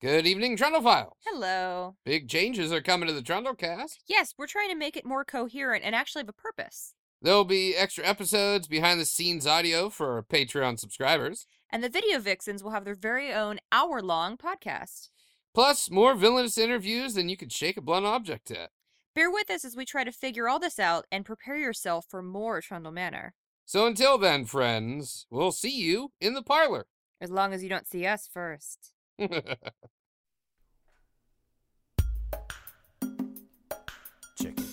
Good evening, Trundlefile. Hello. Big changes are coming to the Trundlecast. Yes, we're trying to make it more coherent and actually have a purpose. There'll be extra episodes, behind the scenes audio for our Patreon subscribers, And the Video Vixens will have their very own hour long podcast. plus more villainous interviews than you could shake a blunt object at. Bear with us as we try to figure all this out and prepare yourself for more Trundle Manor, So until then, friends, we'll see you in the parlor. as long as you don't see us first. Check it.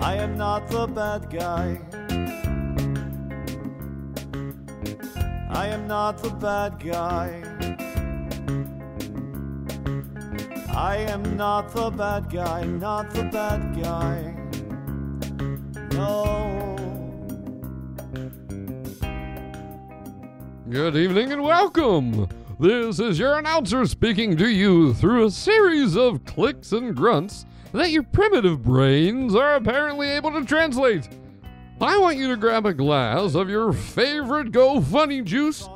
I am not the bad guy. I am not the bad guy. I am not the bad guy, not the bad guy. No. Good evening and welcome. This is your announcer speaking to you through a series of clicks and grunts that your primitive brains are apparently able to translate. I want you to grab a glass of your favorite Go Funny juice,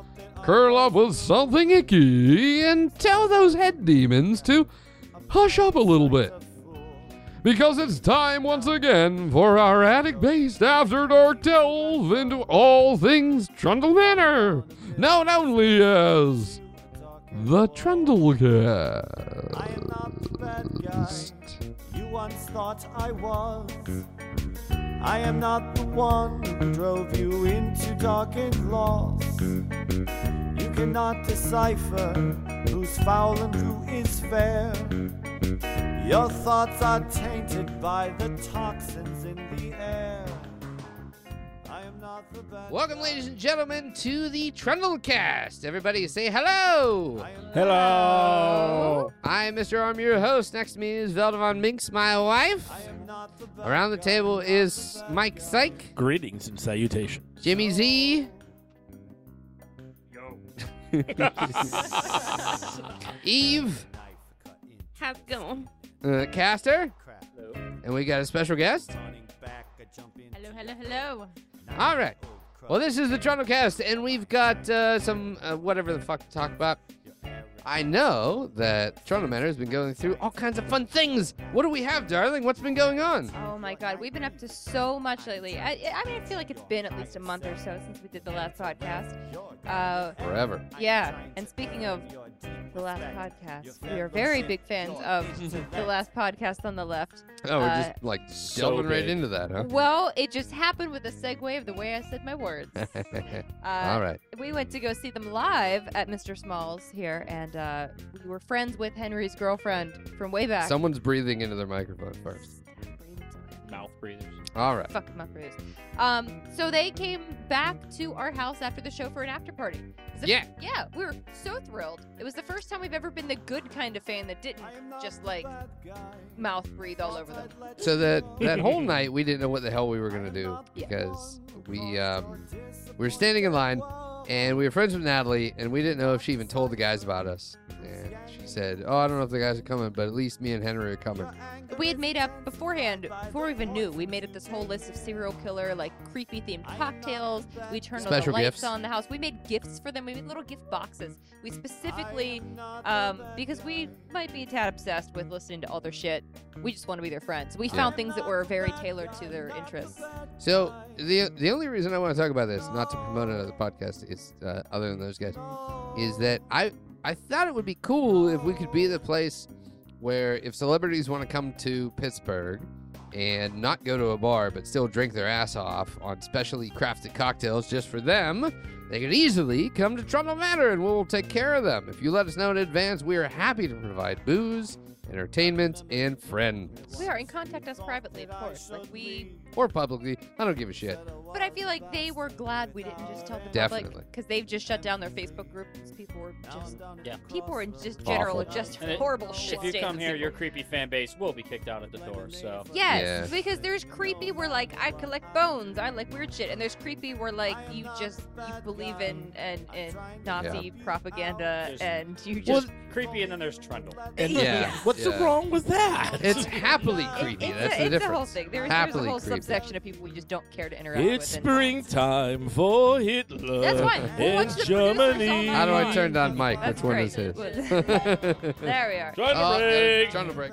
curl up with something icky, and tell those head demons to hush up a little bit. Because it's time once again for our attic based after dark delve into all things Trundle Manor, known only as the I am Trundlecast. not the bad guy. You once thought I was. I am not the one who drove you into dark and lost. You cannot decipher who's foul and who is fair. Your thoughts are tainted by the toxins in the air. I am not the bad Welcome, guy. ladies and gentlemen, to the Trundlecast. Everybody say hello. I am Hello. I'm Mr. Arm, your host. Next to me is Velda von Minx, my wife. I am not the bad Around the guy, table not the is bad Mike guy. Syke, Greetings and salutations. Jimmy Z, Eve, How's it going? uh, Caster, Crap. and we got a special guest. Running back, I jump in. Hello, hello, hello. All right. Well, this is the Trundlecast, and we've got uh, some uh, whatever the fuck to talk about. I know that Toronto Manor has been going through all kinds of fun things. What do we have, darling? What's been going on? Oh my god, we've been up to so much lately. I, I mean, I feel like it's been at least a month or so since we did the last podcast. Uh, Forever. yeah, and speaking of the last podcast, we are very big fans of the last podcast on the left. Oh, we're just Uh, like so delving right big. into that, huh? Well, it just happened with a segue of the way I said my words. Uh, all right. We went to go see them live at Mr. Small's here, and uh, we were friends with Henry's girlfriend from way back. Someone's breathing into their microphone first. Mouth breathers. All right. Fuck my bruise. Um, so they came back to our house after the show for an after party. Is it- Yeah. Yeah, we were so thrilled. It was the first time we've ever been the good kind of fan that didn't just like mouth breathe all over them. So that that whole night, we didn't know what the hell we were gonna do Yeah. because we um, we were standing in line, and we were friends with Natalie, and we didn't know if she even told the guys about us. And she said, "Oh, I don't know if the guys are coming, but at least me and Henry are coming." We had made up beforehand, before we even knew, we made up this whole list of serial killer, like creepy themed cocktails. We turned all Special the lights gifts. on the house. We made gifts for them. We made little gift boxes. We specifically, um, because we might be a tad obsessed with listening to all their shit, we just want to be their friends. We found things that were very tailored to their interests. So the the only reason I want to talk about this, not to promote another podcast, is uh, other than those guys, is that I I thought it would be cool if we could be the place where if celebrities want to come to Pittsburgh and not go to a bar but still drink their ass off on specially crafted cocktails just for them, they could easily come to Trundle Manor and we'll take care of them. If you let us know in advance, we are happy to provide booze, entertainment, and friends. We are, and contact us privately, of course. Like we, Or publicly, I don't give a shit. but I feel like they were glad we didn't just tell the Definitely. public because they've just shut down their Facebook group. 'cause People were just, Yeah. people were in just Awful. general, just And it- horrible shit. If you stains come of here, people. your creepy fan base will be kicked out at the door. So Yes, Yeah. because there's creepy where like I collect bones, I like weird shit, and there's creepy where like you just you believe in and in Yeah. Nazi propaganda, There's- and you Well, just creepy, and then there's Trundle. And Yeah, What's yeah. so wrong with that? It's happily it- creepy. it's, That's a, the it's difference. a whole thing. There's, there's a happily whole creepy. subsection of people we just don't care to interact with. It's and- springtime for Hitler That's fine. We'll in watch the producers all Germany. night How do I turn down Mike? That's Which one is great. his? There we are. Trying to Oh, there- break. Trying to break.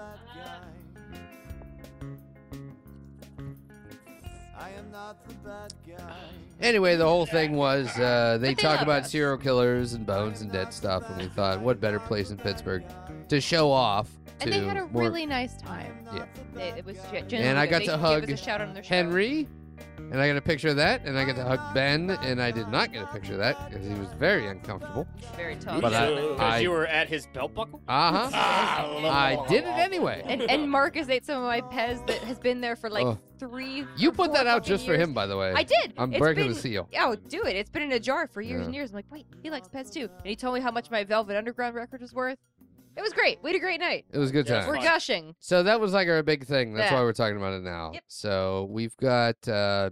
I am not the bad guy. Anyway, the whole thing was uh, they But they talk love about us. serial killers and bones and dead stuff, and we thought, what better place in Pittsburgh to show off to And they had a more really nice time. Yeah. It, it was ge- genuinely And I good. got They to should hug give us a shout out on their show. Henry, and I got a picture of that, and I got to hug Ben, and I did not get a picture of that because he was very uncomfortable. Very tall. But I- gentleman. Because I- you were at his belt buckle. Uh huh. Ah, I did it anyway. and, and Marcus ate some of my Pez that has been there for like Oh. three. You or put four that out fucking just for years. him, by the way. I did. I'm It's breaking the been- seal. Oh, do it. It's been in a jar for years Yeah. and years. I'm like, wait, he likes Pez too. And he told me how much my Velvet Underground record was worth. It was great. We had a great night. It was a good Yeah, it's time. We're fine. gushing. So that was like our big thing. That's Yeah. why we're talking about it now. Yep. So we've got uh,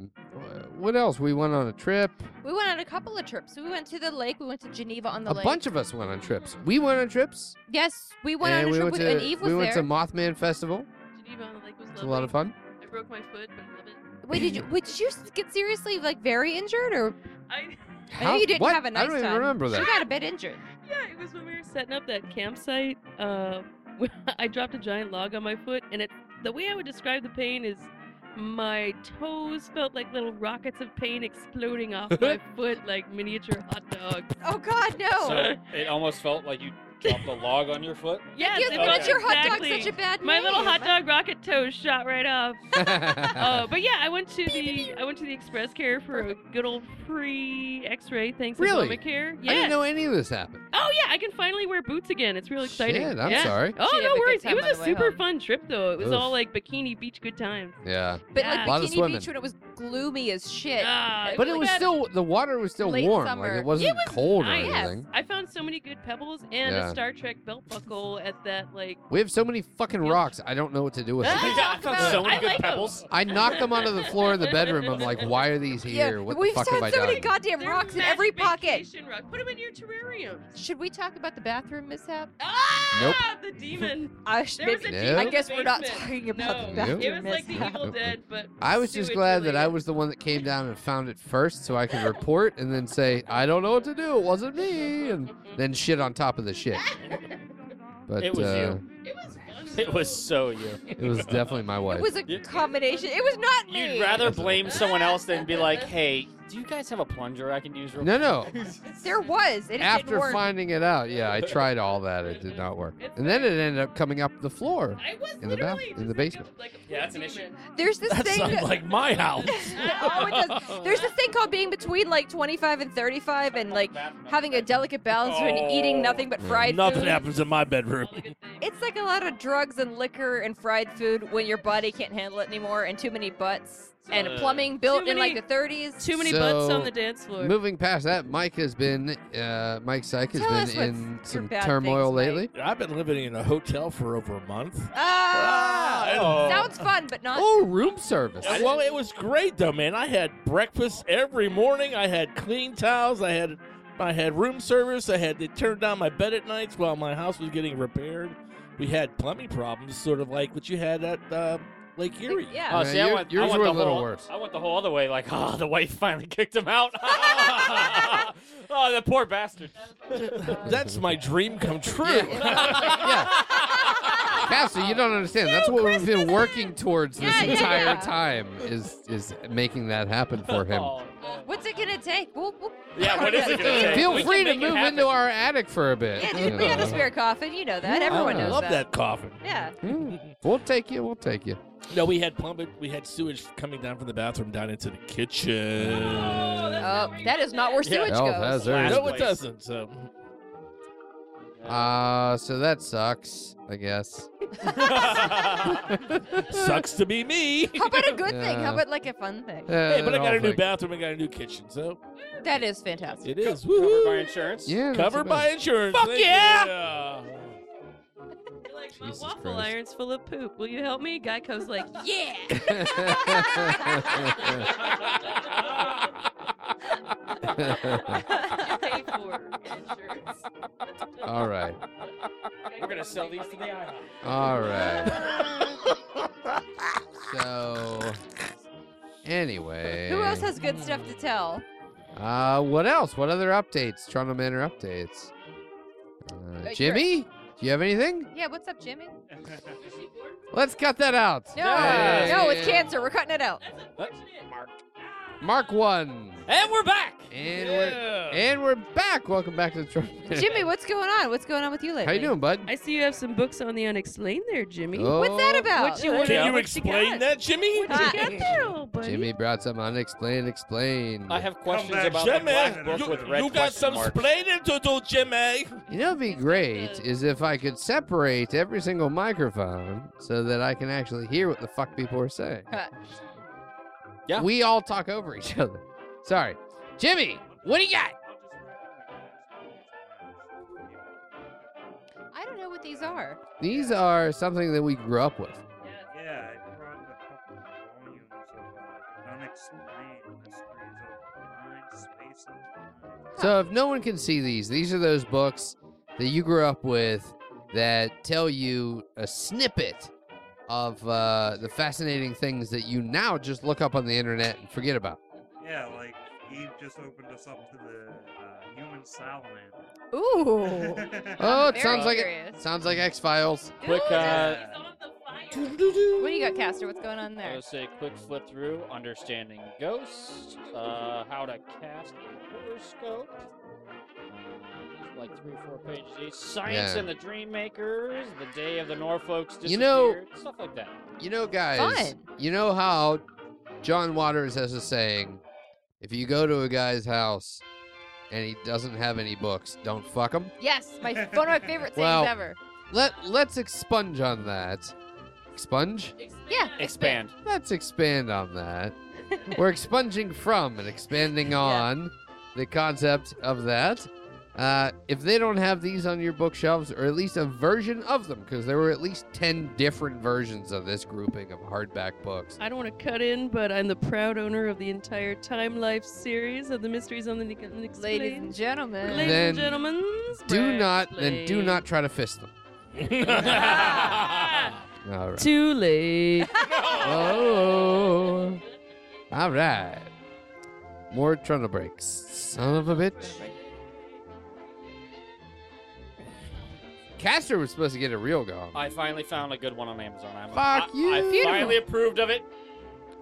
what else? We went on a trip. We went on a couple of trips. We went to the lake. We went to Geneva on the a lake. bunch of us went on trips. We went on trips. Yes, we went and on a we trip went with to and Eve was we there. went to Mothman Festival. Geneva on the lake was It's lovely. a lot of fun. I broke my foot, but I love it. Wait, did you wait, did you s- get seriously like very injured or I I know you didn't what? have a nice I don't even time. remember She that. got a bit injured. yeah, it was when we were setting up that campsite. Uh, I dropped a giant log on my foot, and it the way I would describe the pain is my toes felt like little rockets of pain exploding off my foot like miniature hot dogs. Oh God, no! So it almost felt like you dropped a log on your foot. Yes, Give it okay. was miniature hot dog exactly. such a bad my little name. hot dog rocket toes shot right off. uh, but yeah, I went to the I went to the Express Care for a good old free X-ray. Thanks to Really? Obamacare. I didn't Yes. know any of this happened. Oh yeah, I can finally wear boots again. It's real exciting. Shit, I'm Yeah. sorry. Oh She had a no good worries. time It was on a the way super home. fun trip though. It was Oof. all like bikini beach good times. Yeah, But Yeah. like Lot of Bikini swimming. Beach when it was gloomy as shit. Ah, but it like was that still the water was still late warm. summer. Like it It wasn't was cold or nice. anything. I found so many good pebbles and Yeah. a Star Trek belt buckle at that like. We have so many fucking Yeah. rocks. I don't know what to do with Ah! them. talk I found about- so many I good like 'em. pebbles. I knocked them onto the floor of the bedroom. I'm like, why are these here? what the we've fuck had have I so done? many goddamn They're rocks in every magic pocket. vacation Rock. Put them in your terrarium. Should we talk about the bathroom mishap? Ah, the demon. I should. There was a Nope. maybe- demon I in the guess we're not basement. talking about the No. Nope. It was like the bathroom Evil mishap. Dead, but I was just glad that I sewage-related. was the one that came down and found it first, so I could report and then say I don't know what to do. It wasn't me, and then shit on top of the shit. But It was uh, It was fun. It was so you. it was definitely my wife. It was a Yeah. combination. It was not me. You'd rather blame someone else than be like, "Hey, do you guys have a plunger I can use?" Real no, no. There was. It just After didn't work. finding it out, yeah, I tried all that. It did not work, and then it ended up coming up the floor. I was In the bath- literally in just the like a- basement. Like a poor Yeah, that's an issue. demon. There's this That thing. sounds that- like my house. oh, it does. There's this thing called being between like 25 and 35, and like having a delicate balance between eating nothing but Yeah. fried Oh. Nothing food. happens in my bedroom. All the good things. It's like a lot of drugs and liquor and fried food when your body can't handle it anymore, and too many butts and Uh, plumbing built Too in like many- the 30s. Too many So, butts on the dance floor. Moving past that, Mike has been uh, Mike Syke has Tell us been what's in your some bad things, turmoil Mike. lately. I've been living in a hotel for over a month. Ah! Oh. Sounds fun, but not. Oh, room service. Uh, Well, it was great though, man. I had breakfast every morning. I had clean towels. I had I had room service. I had to turn down my bed at nights while my house was getting repaired. We had plumbing problems, sort of like what you had at uh, Lake Erie. Yeah. Oh, Yeah, see, I your- went, yours I went were a the little whole, worse. I went the whole other way, like, ah, the wife finally kicked him out. oh, the poor bastard. That's my dream come true. yeah. Cassie, you don't understand. That's what we've been working towards this Yeah, yeah, entire yeah. time is is making that happen for him. Oh. What's it gonna take? We'll, we'll, Yeah, what is it gonna take? Feel We can free to make it move happen. into our attic for a bit. yeah, you dude, we got know. a spare coffin. You know that. I Everyone knows love that coffin. Yeah. Mm, We'll take you. We'll take you. No, we had plumbing. We had sewage coming down from the bathroom down into the kitchen. Oh, that is not where Yeah. sewage Oh, goes. that's there. no, place. it doesn't. So. Uh, so that sucks, I guess. Sucks to be me. How about a good thing? Yeah. How about like a fun thing? Hey, but I Uh, got a new like- bathroom. I got a new kitchen, so That is fantastic. it is. Covered by Woo-hoo. insurance. Yeah, not Covered too by bad. insurance. Fuck Thank yeah! you. like, my Jesus waffle Christ. iron's full of poop. Will you help me? Geico's like, yeah. You pay for insurance. All right. We're gonna sell these to the IHOP. All right. So, anyway. Who else has good stuff to tell? Uh, what else? What other updates? Toronto Manor updates. Uh, you're- Jimmy, do you have anything? Yeah, what's up, Jimmy? Let's cut that out. No, Hey. no, it's cancer. We're cutting it out. Mark one, And we're back. and we're Yeah. and we're back. Welcome back to the Toronto Manor. Jimmy, what's going on? What's going on with you lately? How you doing, bud? I see you have some books on the unexplained there, Jimmy. What's that Oh, about? What you wanna- Can you What you explain got? that, Jimmy? What'd you get there, old buddy? Jimmy brought some unexplained explained. I have questions back, about the Jimmy. black book with You, red you got question some marks. splaining to do, Jimmy. You know, it'd be He's got great the- is if I could separate every single microphone so that I can actually hear what the fuck people are saying. Yeah. We all talk over each other. Sorry. Jimmy, what do you got? I don't know what these are. These are something that we grew up with. Yeah, I brought a couple volumes of uh, unexplained mysteries of time, space, and time. So if no one can see these, these are those books that you grew up with that tell you a snippet of uh, the fascinating things that you now just look up on the internet and forget about. Yeah, like Eve just opened us up to the uh, human salamander. Ooh. Oh, I'm it sounds very like it. curious. Sounds like X Files. Quick, uh, What do you got, Caster? What's going on I there? would say quick flip through, understanding ghosts, uh, how to cast a horoscope. uh, Like three or four pages each. Science Yeah. and the Dream Makers, the day of the Norfolk's disappeared, You know- stuff like that. You know, guys. Fun. You know how John Waters has a saying: if you go to a guy's house and he doesn't have any books, don't fuck him. Yes, my one of my favorite things Well- ever. Let Let's expunge on that. Expunge. Yeah. Expand. Let's expand on that. We're expunging from and expanding on the concept of that. Uh, if they don't have these on your bookshelves, or at least a version of them, because there were at least 10 different versions of this grouping of hardback books. I don't want to cut in, but I'm the proud owner of the entire Time Life series of the Mysteries on the Nic- Unexplained. Ladies and gentlemen. Ladies Then and gentlemen. Do not, then do not try to fist them. All right. Too late. Oh. All right. More trundle breaks. Son of a bitch. Caster was supposed to get a real go. I finally found a good one on Amazon. I'm, Fuck I, you. I finally Beautiful. approved of it.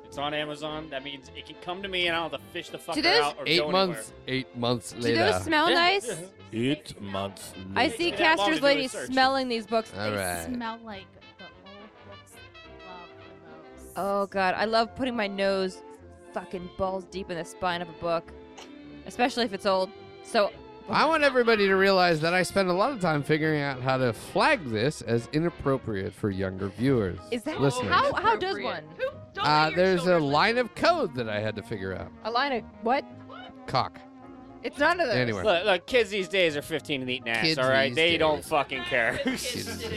It's on Amazon. That means it can come to me, and I'll have to fish the fucker those- out or Eight go months. Eight months Do later. those smell nice? Eight months. I It see takes that long to Caster's do lady research. smelling these books. All they right. smell like the old books. Love those. Oh god, I love putting my nose fucking balls deep in the spine of a book, especially if it's old. So I want everybody to realize that I spend a lot of time figuring out how to flag this as inappropriate for younger viewers. is that listeners. how how does one? Uh, there's a line of code that I had to figure out. A line of what? Cock. It's none of those. Anyway. Look, look, kids these days are 15 and eating ass, Kids all right? these They don't days. fucking care.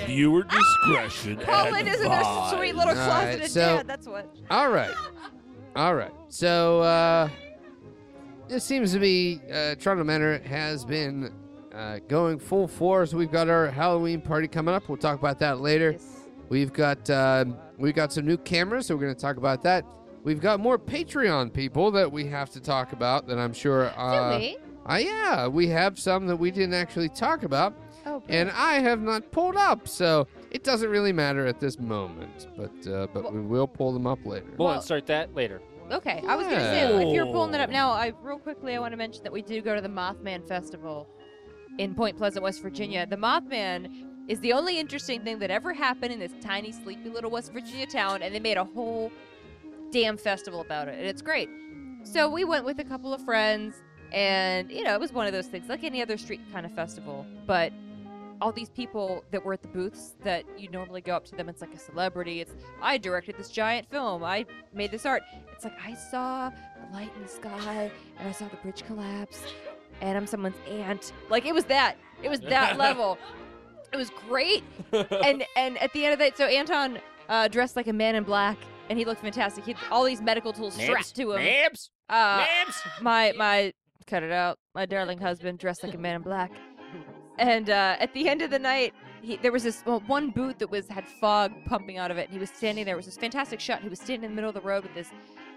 Viewer discretion. Colin is in their sweet little All closet right, and so- dad. That's what. All right. All right. So, uh, this seems to be uh, Toronto Manor has been uh, going full force. We've got our Halloween party coming up. We'll talk about that later. We've got um, we've got some new cameras, so we're going to talk about that. We've got more Patreon people that we have to talk about that I'm sure. Uh, uh, yeah, we have some that we didn't actually talk about, Oh, and I have not pulled up, so it doesn't really matter at this moment. But uh, but we will pull them up later. We'll Well- insert that later. okay. I was gonna say if you're pulling it up now, I real quickly I want to mention that we do go to the Mothman Festival in Point Pleasant, West Virginia. The Mothman is the only interesting thing that ever happened in this tiny, sleepy little West Virginia town, and they made a whole damn festival about it, and it's great. So we went with a couple of friends, and you know, it was one of those things, like any other street kind of festival. But all these people that were at the booths that you normally go up to them, it's like a celebrity. It's I directed this giant film, I made this art. It's like I saw the light in the sky, and I saw the bridge collapse, and I'm someone's aunt. Like it was that, it was that level. It was great, and and at the end of that, so Anton uh, dressed like a man in black, and he looked fantastic. He had all these medical tools strapped to him. Nibs! Uh, Nibs! my my Cut it out. My darling husband dressed like a man in black. And uh, at the end of the night, he, there was this well, one boot that was had fog pumping out of it, and he was standing there. It was this fantastic shot. He was standing in the middle of the road with this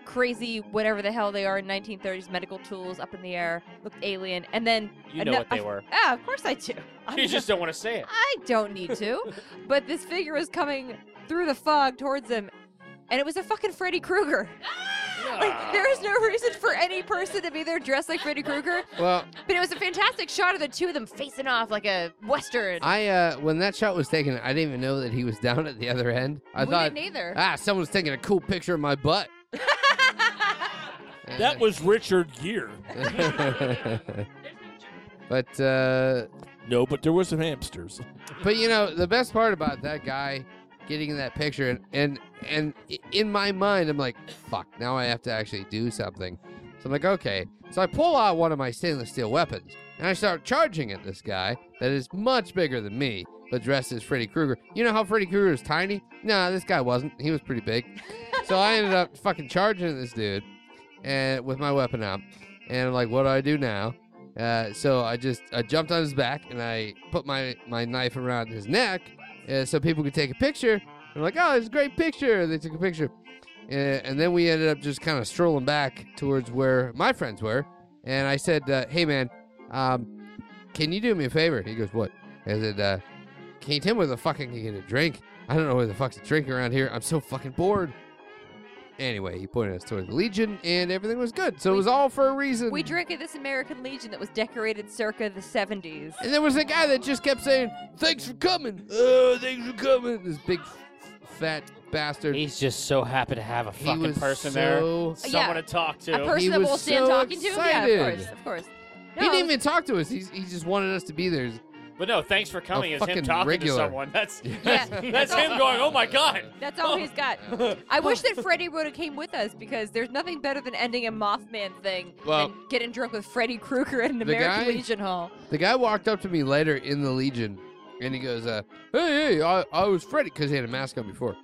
crazy whatever the hell they are 1930s medical tools up in the air. Looked alien. And then You And know no- what they were. ah, of course I do. I'm You just don't want to say it. I don't need to. but this figure was coming through the fog towards him, and it was a fucking Freddy Krueger. Like, there is no reason for any person to be there dressed like Freddy Krueger. Well, But it was a fantastic shot of the two of them facing off like a Western. I uh, when that shot was taken, I didn't even know that he was down at the other end. I we thought, didn't either. ah, someone's taking a cool picture of my butt. That was Richard Gere. but uh, No, but there were some hamsters. but you know the best part about that guy getting in that picture and and and i- in my mind I'm like fuck now I have to actually do something so I'm like okay so I pull out one of my stainless steel weapons and I start charging at this guy that is much bigger than me but dressed as Freddy Krueger you know how Freddy Krueger is tiny nah this guy wasn't he was pretty big so I ended up fucking charging at this dude and with my weapon out and I'm like what do I do now uh, so I just I jumped on his back and I put my, my knife around his neck uh, so people could take a picture. And like, oh, it's a great picture. They took a picture. Uh, and then we ended up just kind of strolling back towards where my friends were. And I said, uh, hey, man, um, can you do me a favor? He goes, what? I said, uh, can you tell me where the fuck I can get a drink? I don't know where the fuck's a drink around here. I'm so fucking bored. Anyway, he pointed us toward the Legion and everything was good. So it We- was all for a reason. we drank at this American Legion that was decorated circa the 70s. And there was a guy that just kept saying, "Thanks for coming. Oh, thanks for coming." This big, f- fat bastard. He's just so happy to have a He fucking was person there. so- Someone to talk to. A person that was will stand so talking to? Yeah, of excited. course, of course. He No, it was- didn't even talk to us. He's, he just wanted us to be there. but no, thanks for coming is fucking him talking regular. to someone. That's Yeah. that's, that's him going, oh my god. That's all he's got. I wish that Freddy would have came with us because there's nothing better than ending a Mothman thing Well- than getting drunk with Freddy Krueger in an The American guy- Legion Hall. The guy walked up to me later in the Legion, and he goes, uh, "Hey, hey, I, I was Freddy because he had a mask on before."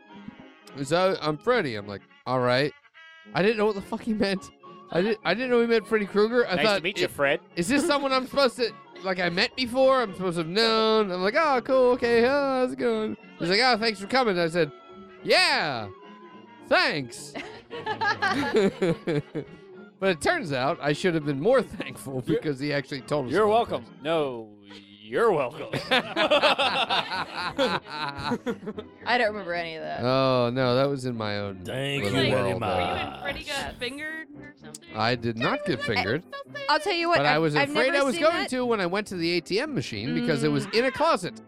And so I'm Freddy. I'm like, "All right." I didn't know what the fuck he meant. I didn't. I didn't know he meant Freddy Krueger. I nice thought, to meet "I- you, Fred. Is this someone I'm supposed to like I met before? I'm supposed to have known. I'm like, oh, cool, okay, oh, how's it going? He's like, oh, thanks for coming. I said, yeah, thanks. but it turns out I should have been more thankful You're- because he actually told us. You're about welcome. No, you're welcome. this. I don't remember any of that. oh no, that was in my own. Thank little you Like, very world, Were you uh, and Freddy got fingered or something? I did not get fingered, I'll tell you what. but I I've- was I've afraid never I was seen going that. Mm. to when I went to the ATM machine because it was in a closet.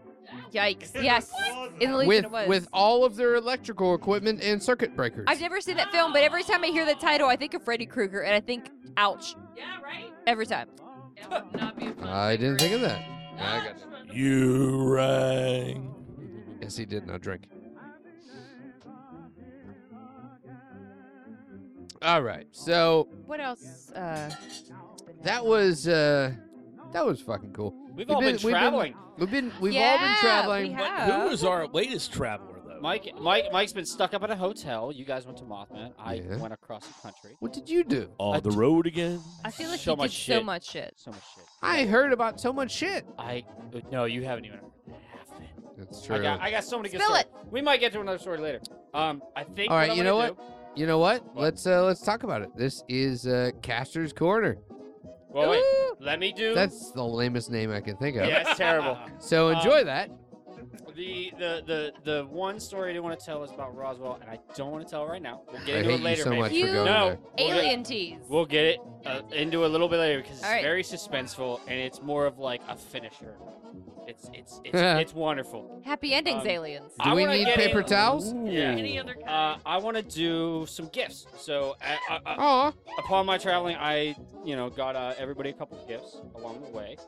Yikes! Yes, in the Legion with it was. with all of their electrical equipment and circuit breakers. I've never seen that film, but every time I hear the title, I think of Freddy Krueger, and I think, ouch, Yeah, right. every time. That would not be a fun I didn't think of that. thing. Yeah, I got it. You rang. Yes, he did not drink. All right, so What else? Uh, that was uh, that was fucking cool. We've We've all been, been- we've been- traveling. We've been we've all Yeah, been we traveling. have. But Yeah. who was our latest traveler, though? Mike, Mike, Mike's been stuck up at a hotel. You guys went to Mothman. I Yeah. went across the country. What did you do? On I- the road again? I feel like so he much did shit. so much shit. So much shit. I heard about so much shit. I no, you haven't even heard half of it. That's I got, I got so many good Spill stories. We might get to another story later. Um, I think. All what right, I'm you know gonna what? you know what? What? Let's uh, let's talk about it. This is uh, Caster's Corner. do- Well, wait. Let me do. That's the lamest name I can think of. yeah, it's terrible. So Um, enjoy that. The, the the the one story I do want to tell is about Roswell, and I don't want to tell right now. We'll get I into hate it later. you so maybe. much You- for going no, there. We'll get- Alien tease. We'll get it uh, into a little bit later because it's All right. very suspenseful and it's more of like a finisher. It's it's it's, Yeah. it's wonderful. Happy endings, Um, aliens. Do I we wanna need get paper in- towels? Yeah. Any other kind. Uh, I want to do some gifts. So uh, uh, uh, Aw. upon my traveling, I you know got uh, everybody a couple gifts along the way.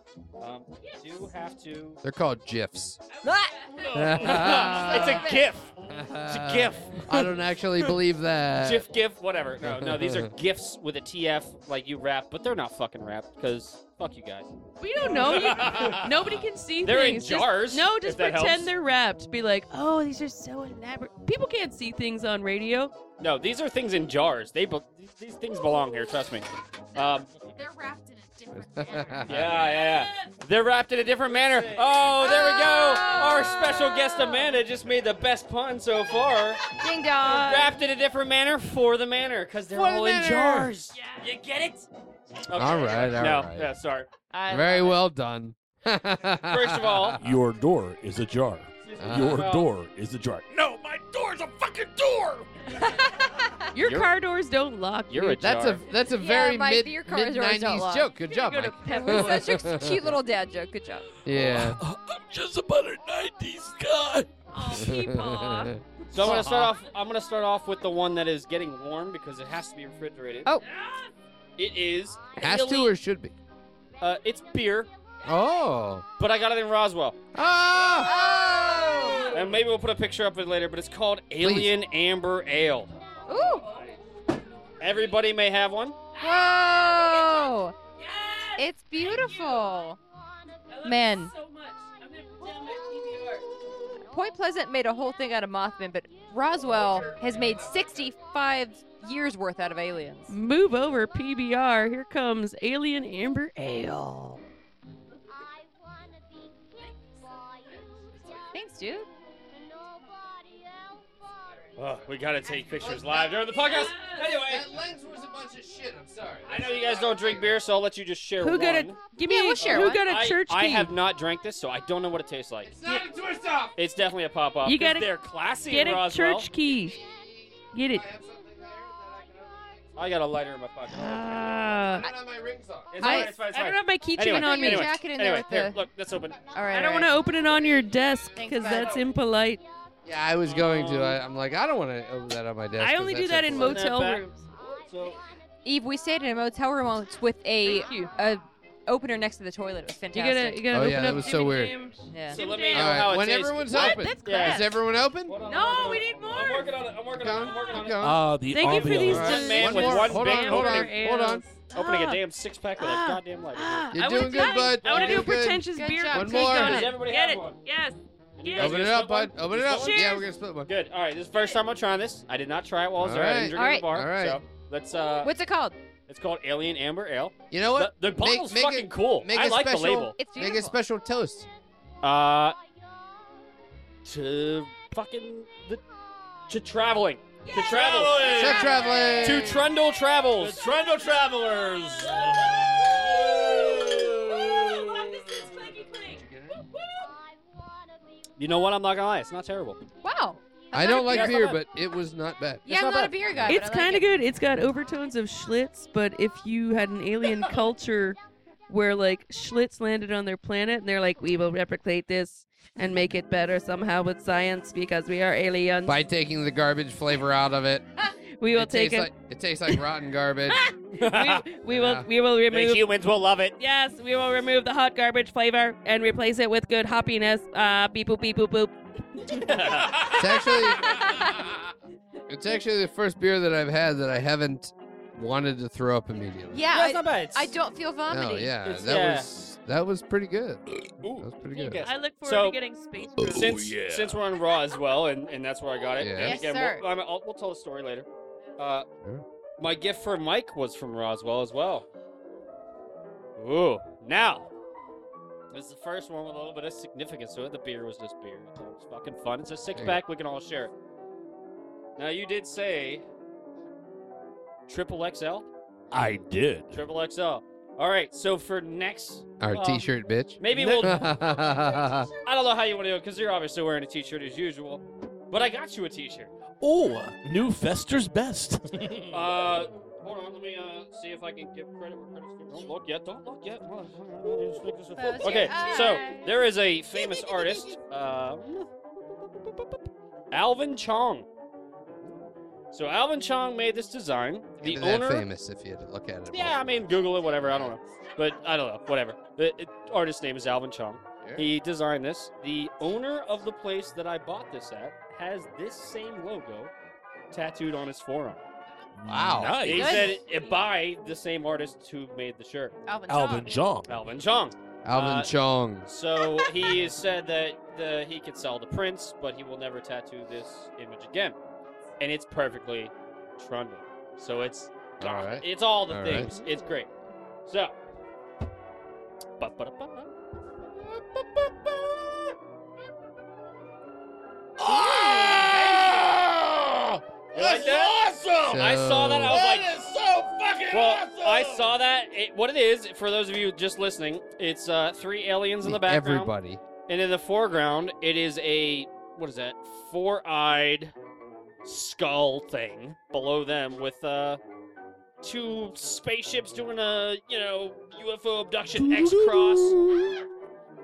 Um, I do have to. They're called GIFs. Ah! it's a gif. It's Uh, a gif. Uh-huh. I don't actually believe that. GIF, GIF, whatever. No, no, these are gifts with a TF, like you rap, but they're not fucking rap because fuck you guys. We don't know. You- nobody can see They're in things. Just- jars, no, if just that pretend helps. they're wrapped. Be like, oh, these are so elaborate. People can't see things on radio. No, these are things in jars. They be- these things belong here. Trust me. Um, They're wrapped in it. different manner. Yeah, yeah, yeah. They're wrapped in a different manner. Oh, there we go. Our special guest Amanda just made the best pun so far. Oh Ding dong. Wrapped in a different manner for the manor, because they're For the all in manor. jars. You get it? Okay. All right, all no, right. yeah, sorry. I Very love well done. First First of all, Your door is ajar. Uh-huh. Your Well, door is ajar. No, my door's a fucking door. Your You're- car doors don't lock. You're a jar. that's a that's a Yeah, very my mid beer cars mid are nineties Zola. joke. Good job, it. Mike. It was such a cute little dad joke. Good job. Yeah. Uh, I'm just about a 90s guy. Oh, Peepaw. so I'm gonna start off. I'm gonna start off with the one that is getting warm because it has to be refrigerated. Oh. It is. an Has to elite- or should be. Uh, it's beer, Oh. but I got it in Roswell. Oh! Ah! And maybe we'll put a picture up of it later, but it's called Alien Amber Ale. Ooh. Everybody may have one. Whoa. It's beautiful. Man. Point Pleasant made a whole thing out of Mothman, but Roswell has made 65 years worth out of aliens. Move over, PBR. Here comes Alien Amber Ale. Thanks, dude. Ugh, we gotta take pictures live during the podcast. Anyway, lens was a bunch of shit. I'm sorry. I know you guys don't drink beer, so I'll let you just share Who one. got a give me? Yeah, we'll a, share who one. got I- a church I, key? have not drank this, so I don't know what it tastes like. not a twist off. It's definitely a pop up. You gotta they're classy Get in a Roswell. church key. Get it. I got a lighter in my pocket. Ah. Not on my rings on. It's I- alright, it's fine, it's Uh, I fine. don't have my keychain Anyway, on me. anyway, jacket in there anyway, with here, the- look, let's open. it. All right. I don't want to open it on your desk Thanks, because bud. that's impolite. Yeah, I was going to. I, I'm like, I don't want to open that on my desk. I 'cause only that's do that in impolite. Isn't Um, that motel back? rooms. So, Eve, we stayed in a motel room once with a Thank you. a opener next to the toilet. It was You fantastic. gotta, you gotta Oh, open yeah, up. that was so Jimmy weird. James. Yeah. so let me know All right, how it when tastes. everyone's What? open. That's Yeah. crap. Is everyone open? Hold on, No, I'm working we on it. need I'm more. working on it. I'm working on it. Going, I'm working on it. going. Ah, the Thank you for these ambiance. All right, delicious man one more. with one Hold on, big hold on, amber hold on. ales. Opening a Ah. damn six pack with Ah. a goddamn lighter. Ah, You're I wanna doing good, do- bud. I want You're to do a doing good. pretentious Good beer job. One take more. on Does it. everybody Get have it. one? Yes. You Yeah. guys Open it gonna up, split one? bud. Open it You up. split Yeah, Cheers. we're gonna split one. Good. All right. This is the first time I'm trying this. I did not try it while I was there. I didn't drink All at right. the bar. All right. So let's. Uh, What's it called? it's called Alien Amber Ale. You know The, what? the bottle's make fucking it- cool. make I it like special. the label. It's Make beautiful. a special toast. Uh, to fucking the, to traveling. To travel. Chef traveling. To Trundle Travels. Trundle Travelers. You know what? I'm not gonna lie. It's not terrible. Wow. I don't like That's beer, not but it was not bad. Yeah, I'm not not bad. a beer guy. It's but I like kind of it. good. It's got overtones of Schlitz, but if you had an alien culture where like Schlitz landed on their planet and they're like, we will replicate this and make it better somehow with science because we are aliens. By taking the garbage flavor out of it, we will it take tastes it. like it tastes like rotten garbage. we, we will. Yeah. We will remove. humans will love it. Yes, we will remove the hot garbage flavor and replace it with good hoppiness. Uh, beep boop beep boop boop. It's actually it's actually the first beer that I've had that I haven't wanted to throw up immediately. Yeah, That's I, not bad. It's- I don't feel vomiting. No, yeah, It's- that yeah. was that was pretty good. That Ooh. was pretty good. Okay. I look forward So- to getting space. Oh, Room. since since we're on Raw as well, and, and that's where I got it. Yeah. And Yes, again, sir. We'll, I mean, I'll, we'll tell the story later. Uh, Sure. My gift for Mike was from Roswell as well. Ooh, now this is the first one with a little bit of significance to it. The beer was just beer. It was fucking fun. It's a six you pack. We can all share it. Now you did say triple XL, I did. triple XL. All right. So for next, Our uh, t-shirt, bitch. maybe we'll That's I don't know how you want to do it because you're obviously wearing a t-shirt as usual. But I got you a t-shirt. Oh, new Fester's best. Uh, hold on, let me uh, see if I can give credit where credit's due. Don't look yet. Don't look yet. Close your Okay, so eyes. there is a famous artist, uh, Alvin Chong. So Alvin Chong made this design. The owner. famous if you look at it. Yeah, I mean, Google it, whatever. I don't know, but I don't know, whatever. The it, artist's name is Alvin Chong. Yeah. He designed this. The owner of the place that I bought this at has this same logo tattooed on his forearm. Wow. Nice. He Good. said it by the same artist who made the shirt, Alvin. Alvin Song. John. Alvin Chong. Alvin Uh, Chong. So he has said that the, he could sell the prints, but he will never tattoo this image again. And it's perfectly trundle. So it's All gone. right. it's all the All right. things. It's great. So Ba-ba-da-ba. Oh! You That's like that? awesome! I saw that. I was like, That is so fucking Well, awesome! I saw that. It, what it is, for those of you just listening, it's uh, three aliens in the background. Everybody. And in the foreground, it is a, what is that? Four eyed skull thing below them with uh, two spaceships doing a, you know, UFO abduction X cross.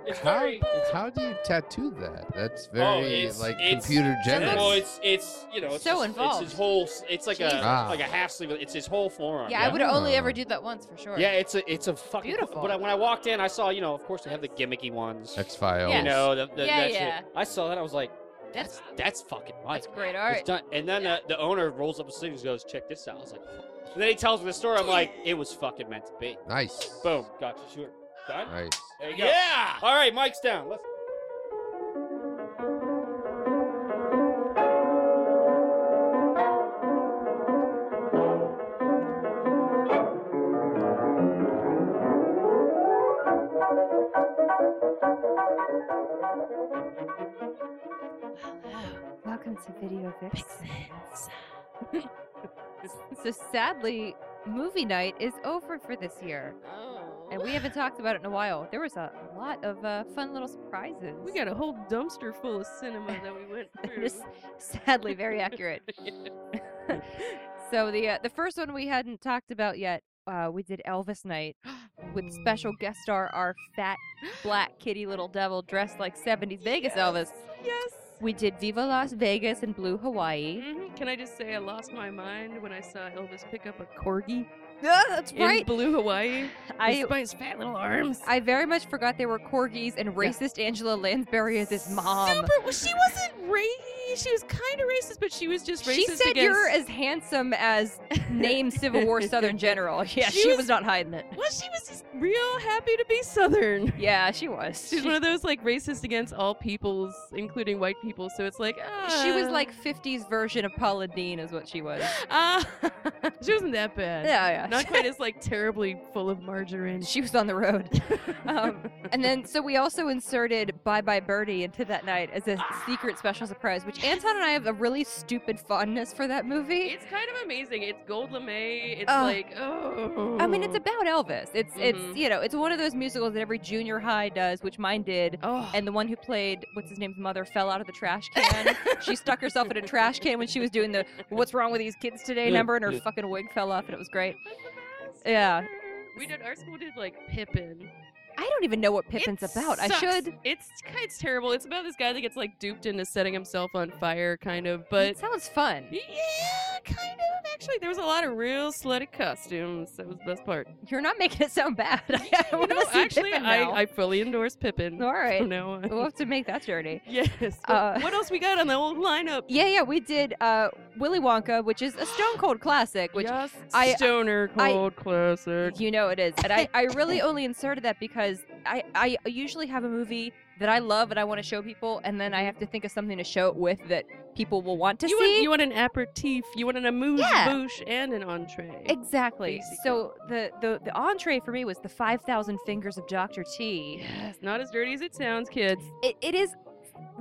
It's How, very. It's, how do you tattoo that? That's oh, very it's- like it's- computer generated. Well, Oh, it's, it's, you know, it's, So just- involved. It's his whole, s- it's like Jesus. a, Ah. like a half sleeve. It's his whole forearm. Yeah, I would only ever Yeah. do that once for sure. Yeah, it's a it's a fucking cool- Beautiful. But I, when I walked in, I saw you know, of course they have the gimmicky ones. X Files. You know, the, the, Yeah, that shit. yeah. I saw that. I was like, That's- that's that's fucking Mike. that's great It's art. done. And then uh, the owner rolls up his sleeves and goes, "Check this out." I was like, and then he tells me the story. I'm like, it was fucking meant to be. Nice. Boom, gotcha. Sure, done. Nice. There you go. Yeah! All right, Mike's down. Let's. Welcome to Video Vix. So sadly, movie night is over for this year, Oh. and we haven't talked about it in a while. There was a lot of uh, fun little surprises. We got a whole dumpster full of cinema that we went through. Just sadly very accurate. so the uh, the first one we hadn't talked about yet. Uh, we did Elvis night with special guest star our fat black kitty little devil dressed like 70s Vegas Elvis. yes. We did Viva Las Vegas and Blue Hawaii. hmm Can I just say I lost my mind when I saw Elvis pick up a corgi Yeah, that's in Blue Hawaii? I by his fat little arms. I very much forgot they were corgis and racist Angela Lansbury is his mom. Super. Well, she wasn't racist. She was kind of racist, but she was just racist She said against. you're as handsome as named Civil War Southern general. Yeah, she, She was, was- not hiding it. well, she was just real happy to be Southern. Yeah, she was. She's one of those like racist against all peoples, including white people. So it's like She was ah, like 50s version of Paula Dean, is what she was. ah. she wasn't that bad. yeah, yeah. Not quite as like terribly full of margarine. she was on the road. Um, and then, so we also inserted Bye Bye Birdie into that night as a secret special surprise, which Anton and I have a really stupid fondness for that movie. It's kind of amazing. It's Gold LeMay. It's Oh. like oh. I mean, it's about Elvis. It's it's Mhm. you know, it's one of those musicals that every junior high does, which mine did. oh. And the one who played what's his name's mother fell out of the trash can. she stuck herself in a trash can when she was doing the "What's wrong with these kids today?" Yeah, number, and her yeah. fucking wig fell off, and it was great. That's the best. Yeah. We did our school did like Pippin. I don't even know what Pippin's It about. I sucks. should. It's it's terrible. It's about this guy that gets like duped into setting himself on fire, kind of. But But it sounds fun. yeah, kind of. Actually, there was a lot of real slutty costumes. That was the best part. You're not making it sound bad. I You want to know, see actually, Pippin now. I, I fully endorse Pippin. All right. From now on. We'll have to make that journey. yes. but Uh, what else we got on the old lineup? Yeah, yeah, we did uh, Willy Wonka, which is a Stone Cold classic, which yes, I- stoner I- cold classic. You know it is. And I, I really only inserted that because I, I usually have a movie that I love and I want to show people, and then I have to think of something to show it with that people will want to you see. want you want an aperitif, you want an amuse Yeah. bouche, and an entree. exactly. basically. So the, the, the entree for me was the 5,000 Fingers of Dr. T. Yes, not as dirty as it sounds, kids. It, it is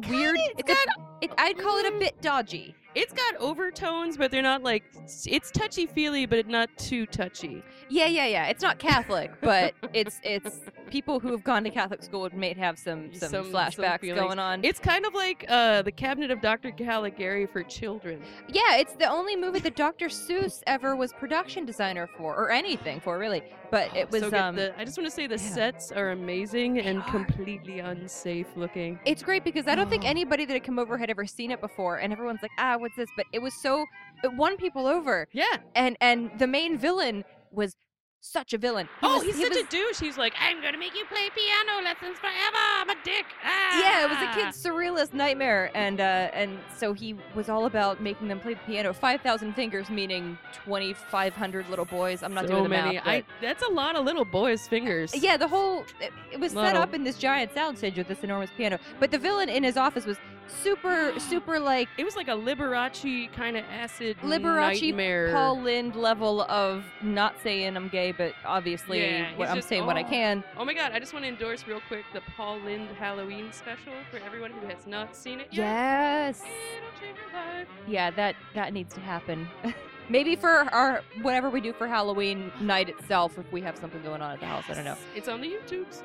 weird. It's it's a- it, I'd call it a bit dodgy. Mm-hmm. It's got overtones, but they're not like it's touchy feely, but not too touchy. Yeah, yeah, yeah. It's not Catholic, but it's it's people who have gone to Catholic school would may have some some, Some- some flashbacks feelings. going on. It's kind of like uh, the Cabinet of Dr. Caligari for children. Yeah, it's the only movie that Dr. Seuss ever was production designer for, or anything for, really. But it was So good. um, The- I just want to say the yeah. sets are amazing They and are. completely unsafe looking. it's great because I don't think Oh. anybody that had come over had ever seen it before, and everyone's like, ah, what's this? But it was so it won people over, Yeah. and and the main villain was such a villain. He oh, was- he's he such was- a douche. He's like, I'm gonna make you play piano lessons forever. I'm a dick. Ah! Yeah, it was a kid's surrealist nightmare, and uh, and so he was all about making them play the piano. Five thousand fingers, meaning twenty five hundred little boys. I'm not so doing the many. math. but- I, that's a lot of little boys' fingers. Oh, Yeah, the whole it, it was set Wow. up in this giant sound stage with this enormous piano. But the villain in his office was super, super like It was like a Liberace kind of acid Liberace nightmare. Paul Lind level of not saying I'm gay, but obviously Yeah, what he's I'm just, saying what I "Oh." can. Oh my god, I just want to endorse real quick the Paul Lind Halloween special for everyone who has not seen it yet. Yes. It'll change your life. Yeah, that that needs to happen. Maybe for our whatever we do for Halloween night itself, if we have something going on at the house, I don't know. It's on the Mm, YouTubes.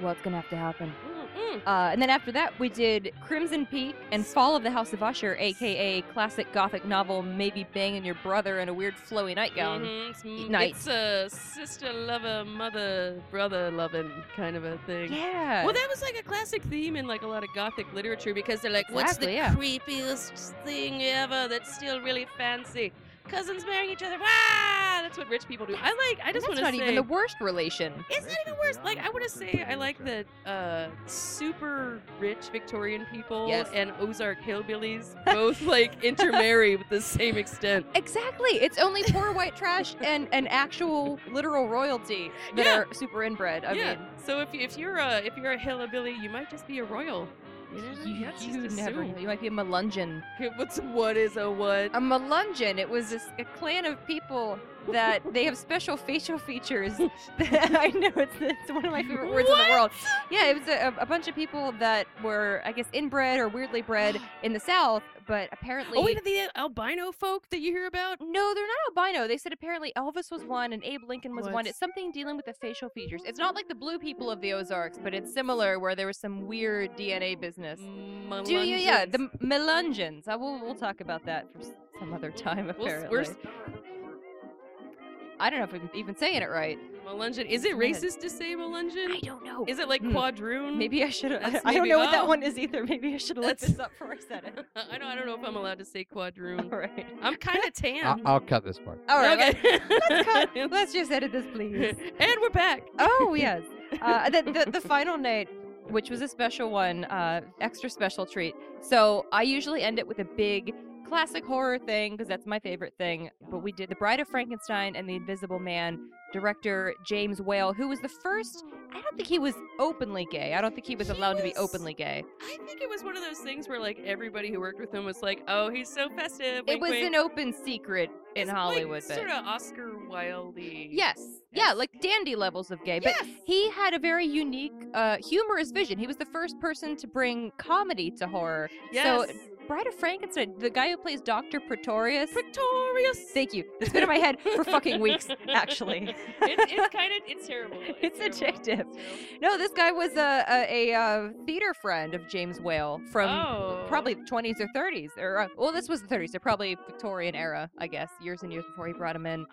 Well, it's gonna have to happen. Mm-mm. Uh, and then after that, we did Crimson Peak and Fall of the House of Usher, aka classic gothic novel, maybe banging your brother in a weird flowy nightgown. Mhm, It's, m- Night. it's a sister lover, mother, brother loving kind of a thing. Yeah. Well, that was like a classic theme in like a lot of gothic literature because they're like, what's the Exactly, yeah. creepiest thing ever that's still really fancy? Cousins marrying each other. Wow, that's what rich people do. I like. I just want that's not to say, even the worst relation. It's not even worse. Like I want to say, I like that uh, super rich Victorian people Yes. and Ozark hillbillies both like intermarry with the same extent. Exactly. It's only poor white trash and an actual literal royalty that Yeah. are super inbred. I yeah. mean, so if, if you're a if you're a hillbilly, you might just be a royal. you, That's you just never assumed. know. You might be a Melungeon. Okay, What's what is a what? A Melungeon. It was this, a clan of people that they have special facial features. that- I know it's, it's one of my favorite words in the world. Yeah, it was a, a bunch of people that were, I guess, inbred or weirdly bred in the South, but apparently. Oh, even the albino folk that you hear about. No, they're not albino. They said apparently Elvis was one and Abe Lincoln was one. What? It's something dealing with the facial features. It's not like the blue people of the Ozarks, but it's similar where there was some weird DNA business. Do you? Yeah, the M- Melungeons. I will. We'll talk about that for s- some other time. We'll Apparently, s- we're I don't know if I'm even saying it right. Melungeon. Is it Go ahead. racist to say Melungeon? don't know. Is it like Hmm. quadroon? Maybe I should. I, That's I don't maybe- know what that oh. one is either. Maybe I should have looked That's- this up before I said it. I don't. I don't know if I'm allowed to say All quadroon. right. I'm kind of I'll, tan. I'll cut this part. All right. let's- okay. Let's, cut- let's just edit this, please. and we're back. Oh yes. Uh, the, the the final night, which was a special one, uh, extra special treat. So I usually end it with a big classic horror thing because that's my favorite thing. But we did The Bride of Frankenstein and The Invisible Man. Director James Whale, who was the first. I don't think he was openly gay. I don't think he was He allowed to be was- openly gay. I think it was one of those things where like everybody who worked with him was like, "Oh, he's so festive." it was an open secret in Hollywood. but- sort of Oscar Wilde. Yes. Yeah, Yes. like dandy levels of gay. Yes. But he had a very unique, uh, humorous vision. He was the first person to bring comedy to horror. Yes. So, Bride of Frankenstein, the guy who plays Dr. Pretorius. Pretorius. Thank you. It's been in my head for fucking weeks, actually. it's it's kind of it's terrible. though. It's terrible. addictive. terrible. No, this guy was a, a, a, uh theater friend of James Whale from oh. probably the 20s or 30s or uh, well this was the 30s so probably victorian era i guess years and years before he brought him in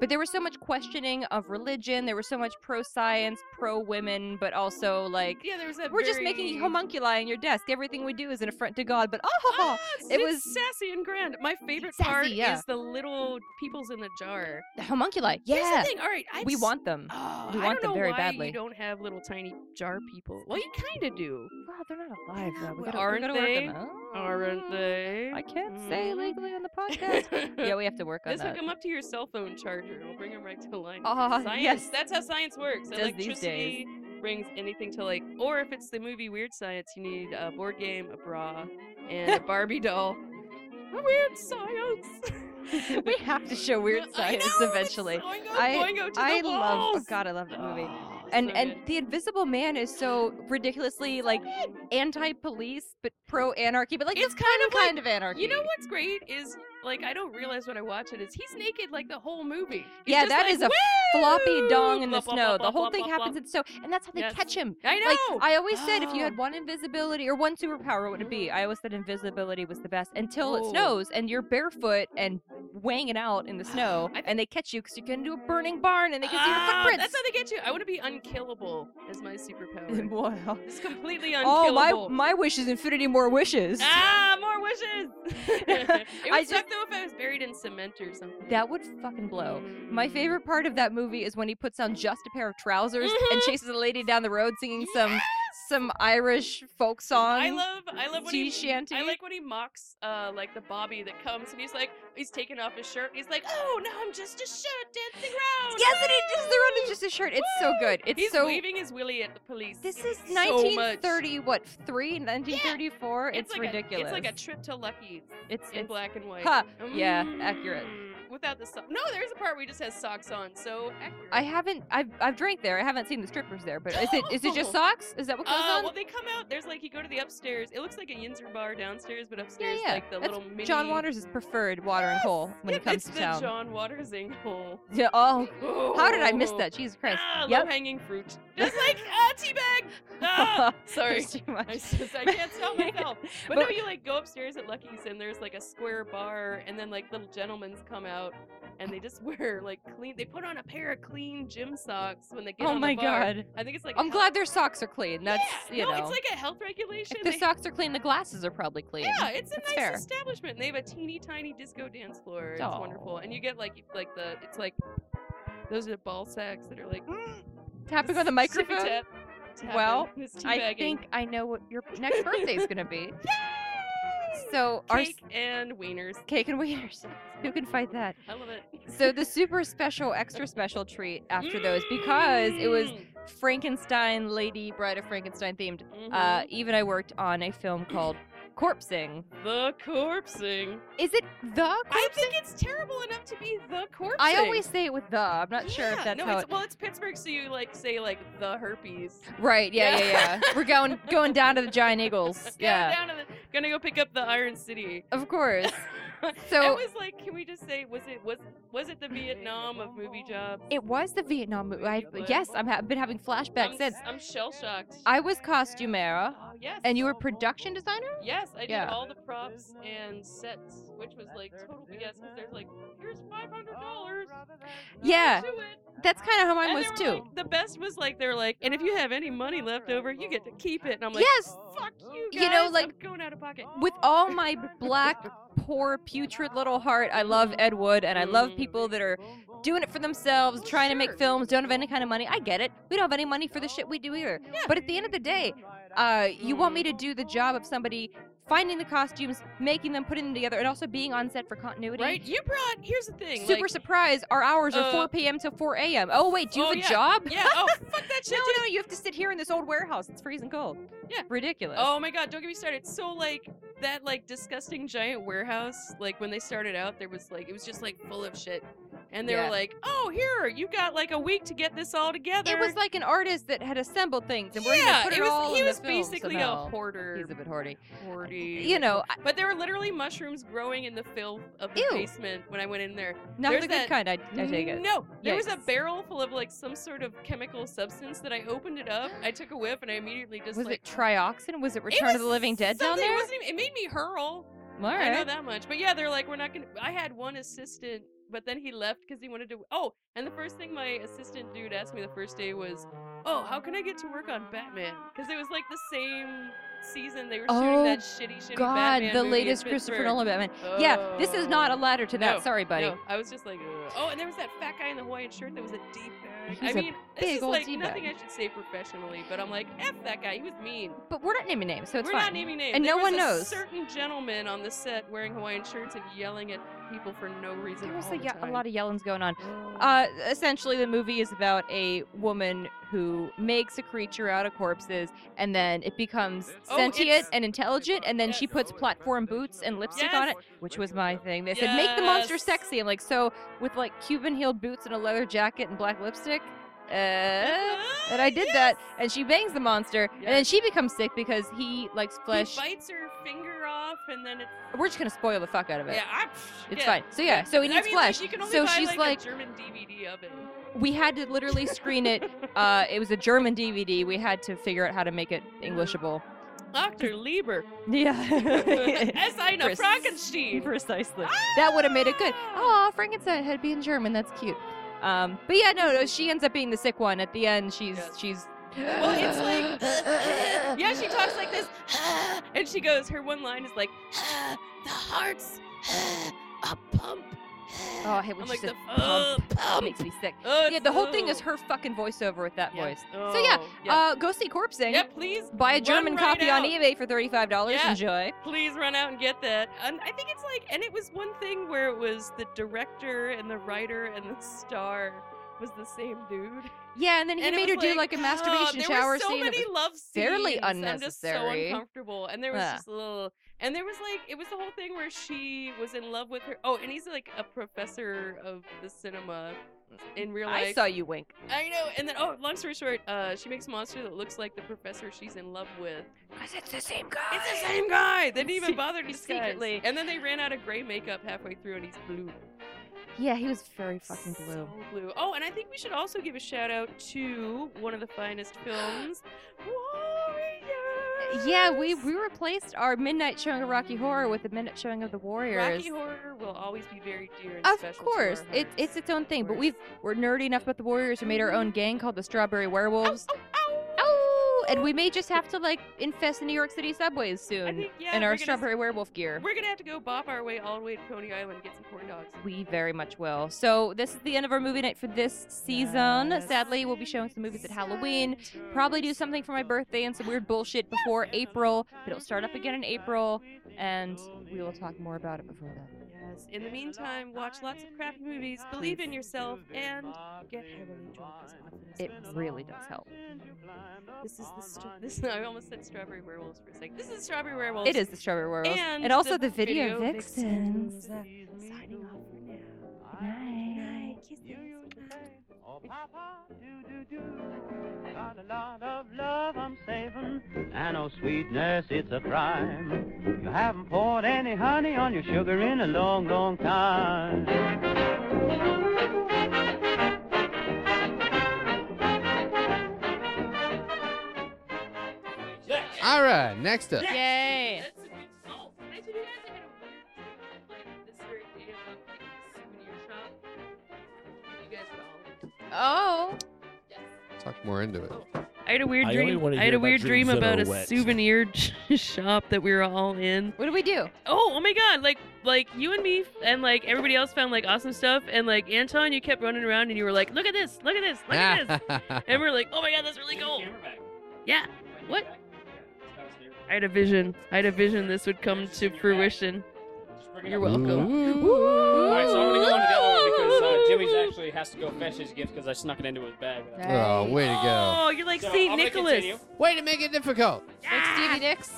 but there was so much questioning of religion there was so much pro-science pro-women but also like Yeah, there was that. we're just making very- homunculi in your desk everything we do is an affront to god but oh, Ah, It it's was- sassy and grand. My favorite Sassy, part yeah. is the little peoples in the jar. the homunculi Here's yeah the thing. All right, I we just- want them Oh, we I want don't them know very why badly. You don't have little tiny jar people. Well, you kind of do, well they're not alive though we Well, gotta, aren't we gotta work they? on that. aren't they? i can't say Mm. legally on the podcast yeah we have to work on Let's hook that them up to your cell phone charger. We'll bring them right to the line. Ah, science. yes. That's how science works. Does these days. Electricity brings anything to like, or if it's the movie Weird Science, you need a board game, a bra, and a Barbie doll. Weird science. we have to show weird I science know, it's eventually Oingo I- Boingo to the I love. Oh balls. God, I love that movie. Oh, And so and good. the Invisible Man is so ridiculously like anti-police but pro-anarchy, but like it's It's kind of like- kind of anarchy. You know what's great is like I don't realize when I watch it is he's naked like the whole movie. He's Yeah, just that like, is a floppy "Woo!" dong in the Blah, blah, snow. blah, The whole blah, thing blah, happens blah. in snow, and that's how they Yes. catch him. I Like know. I always said, if you had Oh. one invisibility or one superpower, what would it be? I always said invisibility was the best until it Oh. snows and you're barefoot and wanging out in the snow, I and they catch you because you get into a burning barn and they can see your Ah, footprints. That's how they get you. I want to be unkillable as my superpower. wow. It's completely Oh unkillable. my! My wish is infinity more wishes. Ah, more wishes. it would I suck just- though if I was buried in cement or something. That would fucking blow. My favorite part of that movie is when he puts on just a pair of trousers and Mhm. chases a lady down the road singing some some Irish folk song. I love, I love when tea he, shanty. I like when he mocks, uh, like the Bobby that comes and he's like, he's taking off his shirt. He's like, oh, now I'm just a shirt dancing round. Yes, and he does the run in just a shirt. It's so good. It's he's so. waving his willy at the police. This is so much. 1930. What three? 1934. It's, It's, like ridiculous. A, it's like a trip to Lucky's It's in it's- black and white. Ha, yeah, accurate. Mm, Without the socks. No, there's a part where he just has socks on. So accurate. I haven't. I've I've drank there. I haven't seen the strippers there. But is it is it just socks? Is that what goes Oh. Uh, on? well, they come out. There's like you go to the upstairs. It looks like a Yinzer bar downstairs, but upstairs yeah, like the that's little mini. John Waters is preferred water and coal when yeah, it comes it's to the town. John Watersing hole. Yeah. Oh, how did I miss Oh. that? Jesus Christ. Ah, Yep. low hanging fruit. Just like a tea bag. Ah, sorry. That's too much. I, just, I can't stop myself. But, no, But- you like go upstairs at Lucky's and there's like a square bar, and then like little gentlemen's come out, and they just wear like clean. They put on a pair of clean gym socks when they get oh on my the bar. god. I think it's like. a I'm health- glad their socks are clean. That's yeah, you no, know. it's like a health regulation. if the They- socks are clean, the glasses are probably clean. yeah, it's a Mm-hmm. That's nice fair. establishment. And they have a teeny tiny disco dance floor. It's wonderful, and you get like you- like the it's like those are the ball sacks that are like Tapping on the microphone. Tip, tapping, Well, this I teabagging. think I know what your next birthday's gonna be. So our s- cake and wieners. cake and wieners. Who can fight that? I love it. So the super special, extra special treat after those because it was Mm. Frankenstein, Lady Bride of Frankenstein themed. Uh, Mhm. Eve and I worked on a film called Corpsing. the corpsing. Is it the? I think it's terrible enough to be the corpsing. I always say it with the. I'm not sure if Yeah, that's no, how. it's, well, it's Pittsburgh, so you like say like the herpes. it- right. Yeah. Yeah. Yeah. We're going going down to the Giant Eagles. Yeah, Yeah. down to the, gonna go pick up the Iron City. Of course. I So- was like, can we just say, was it was was it the Vietnam of movie jobs? It was the Vietnam movie. I, Really? yes, I'm ha- I've been having flashbacks I'm, since. I'm shell shocked. I was costumera, Oh, yes. and you were production designer. Yes, I did Yeah. all the props and sets, which was like total BS because they're like, here's five hundred dollars. Yeah, do it. that's kind of how mine And was they were too. like- the best was like they're like, and if you have any money left over, you get to keep it. And I'm like, Yes. fuck you, guys. You know, I'm like, going out of pocket. With all my black, poor, putrid little heart, I Mm-hmm. love Ed Wood, and I love Mhm. people that are doing it for themselves, trying to make sure. films, don't have any kind of money. I get it. We don't have any money for the shit we do either. But at the end of the day, uh, you want me to do the job of somebody finding the costumes, making them, putting them together, and also being on set for continuity. Right? You brought. Here's the thing. Super like- surprise! Our hours are uh, 4 p.m. to 4 a.m. Oh wait, do you have Oh, a yeah. job? Yeah. Oh, fuck that shit. No, dude. no, you have to sit here in this old warehouse. It's freezing cold. Yeah. ridiculous. Oh my god, don't get me started. So like that like disgusting giant warehouse, like when they started out, there was like it was just like full of shit. And they Yeah. were like, "Oh, here, you got like a week to get this all together." it was like an artist that had assembled things, and we're gonna yeah, put it it, was, all he in was the film basically somehow. a hoarder. He's a bit hoardy. hoardy. You know, I- but there were literally mushrooms growing in the filth of the Ew. basement when I went in there. not There's the good that- kind. I, I take it. No, there was a Yikes. barrel full of like some sort of chemical substance that I opened it up. I took a whiff and I immediately just was like it trioxin? Was it It Return of the was Living Dead down something- It, there? wasn't even, it made me All hurl. I know right. that much. But yeah, they're like, we're not gonna. I had one assistant, but then he left because he wanted to. Oh, and the first thing my assistant dude asked me the first day was, "Oh, how can I get to work on Batman?" Because it was like the same season they were shooting Oh, that shitty, shitty God, Batman the movie in latest Christopher Pittsburgh. Nolan Batman. Yeah, this is not a Oh. ladder to that. No, Sorry, buddy. No, I was just like, Ugh. oh, and there was that fat guy in the Hawaiian shirt that was a deep bag. I He's a mean, big this is old like D-bag. nothing I should say professionally, but I'm like, f that guy. He was mean. But we're not naming names, so it's We're fine. not naming names. And There no was one a knows. Certain gentlemen on the set wearing Hawaiian shirts and yelling at people for no reason. there was all a, the ye- a time. lot of yellings going on. Ugh. Uh, essentially, the movie is about a woman who makes a creature out of corpses, and then it becomes Oh, sentient it's- and intelligent, and then she yes. puts platform boots and lipstick on it, Yes. which was my thing. They said, make the monster Yes. sexy. I'm like, so with like Cuban heeled boots and a leather jacket and black lipstick? Uh, and I did that, and she bangs the monster, and then Yes. she becomes sick because he likes flesh. He bites her finger off, and then it's We're just gonna spoil the fuck out of it. yeah, I, It's yeah. fine. So yeah, so he I needs mean, flesh. Like, you can only so buy, she's like, like, a German DVD of it. we had to literally screen it. Uh, it was a German DVD. We had to figure out how to make it Englishable. Dr. Lieber, Yeah. as I know, Pres- Frankenstein. Ah! Precisely. That would have made it good. Oh, Frankenstein had to be in German. That's cute. Um, but yeah, no, no, she ends up being the sick one. At the end, she's Yes. she's Well, it's like, yeah, she talks like this, and she goes. Her one line is like, the heart's a pump. Oh, I hate when I'm she like, says the pump. pump. makes me sick. Uh, Yeah, the whole thing is oh. her fucking voiceover with that Yeah. voice. So yeah, Oh, Uh, go see Corpsing. yeah, please Buy a run German right copy on out. eBay for thirty-five dollars. Yeah. Enjoy. please run out and get that. And I think it's like, and it was one thing where it was the director and the writer and the star was the same dude. Yeah, and then he and it made her was do like a oh, masturbation there shower were so scene. It Many was- love scenes. fairly I'm just unnecessary. so uncomfortable, and there was Ugh. just a little. And there was like it was the whole thing where she was in love with her. Oh, and he's like a professor of the cinema in real life. I saw you wink. I know. And then oh, long story short, uh, she makes a monster that looks like the professor she's in love with. Cause it's the same guy. It's the same guy. They didn't even Se- bother to disguise. secretly. And then they ran out of gray makeup halfway through, and he's blue. Yeah, he was very fucking blue. So blue. Oh, and I think we should also give a shout out to one of the finest films, Warriors. Yeah, we we replaced our midnight showing of Rocky Horror with the midnight showing of the Warriors. Rocky Horror will always be very dear and Of special. course, to our it, hearts. it's its own thing. But Of we've we're nerdy enough about the Warriors. We made our Mm-hmm. own gang called the Strawberry Werewolves. Oh, and we may just have to like infest the New York City subways soon I think yeah. in we're our gonna, Strawberry Werewolf gear. We're gonna have to go bop our way all the way to Coney Island and get some corn dogs. We very much will. So this is the end of our movie night for this season. Sadly, we'll be showing some movies at Halloween. Probably do something for my birthday and some weird bullshit before April. But it'll start up again in April, and we will talk more about it before then. Yes. In the meantime, watch lots of craft movies, believe in yourself, and get heavily drunk as often as It possible. really does help. This is the stra- this. I almost said strawberry werewolves for a second. This is strawberry werewolves. It is the Strawberry Werewolves, And and, also the the, video, Video vixens. Vixens. Signing off for now. Good night. Oh, Papa, do do do. Got a lot of love I'm saving. I know sweetness, it's a crime. You haven't poured any honey on your sugar in a long, long time. Next. All right, next up. Yay! That's a good song. I told you guys I had a weird dream, like this very day about like a souvenir shop. And you guys were all Oh, Talk more into it. Oh. I had a weird I only dream. wanna I had hear a about weird dream dreams that about are a wet. souvenir shop that we were all in. what do we do? Oh, oh my god! Like, like you and me, and like everybody else found like awesome stuff, and like Anton, you kept running around and you were like, "Look at this! Look at this! Look at this!" And we're like, "Oh my god, that's really cool!" Yeah. What? I had a vision. I had a vision this would come to fruition. You're welcome. All right, so I'm gonna go on to the other one because uh, Jimmy's actually has to go fetch his gift because I snuck it into his bag. without- oh, way to go. Oh, you're like So, Saint I'm gonna Nicholas. continue. Way to make it difficult. Like Stevie Nicks.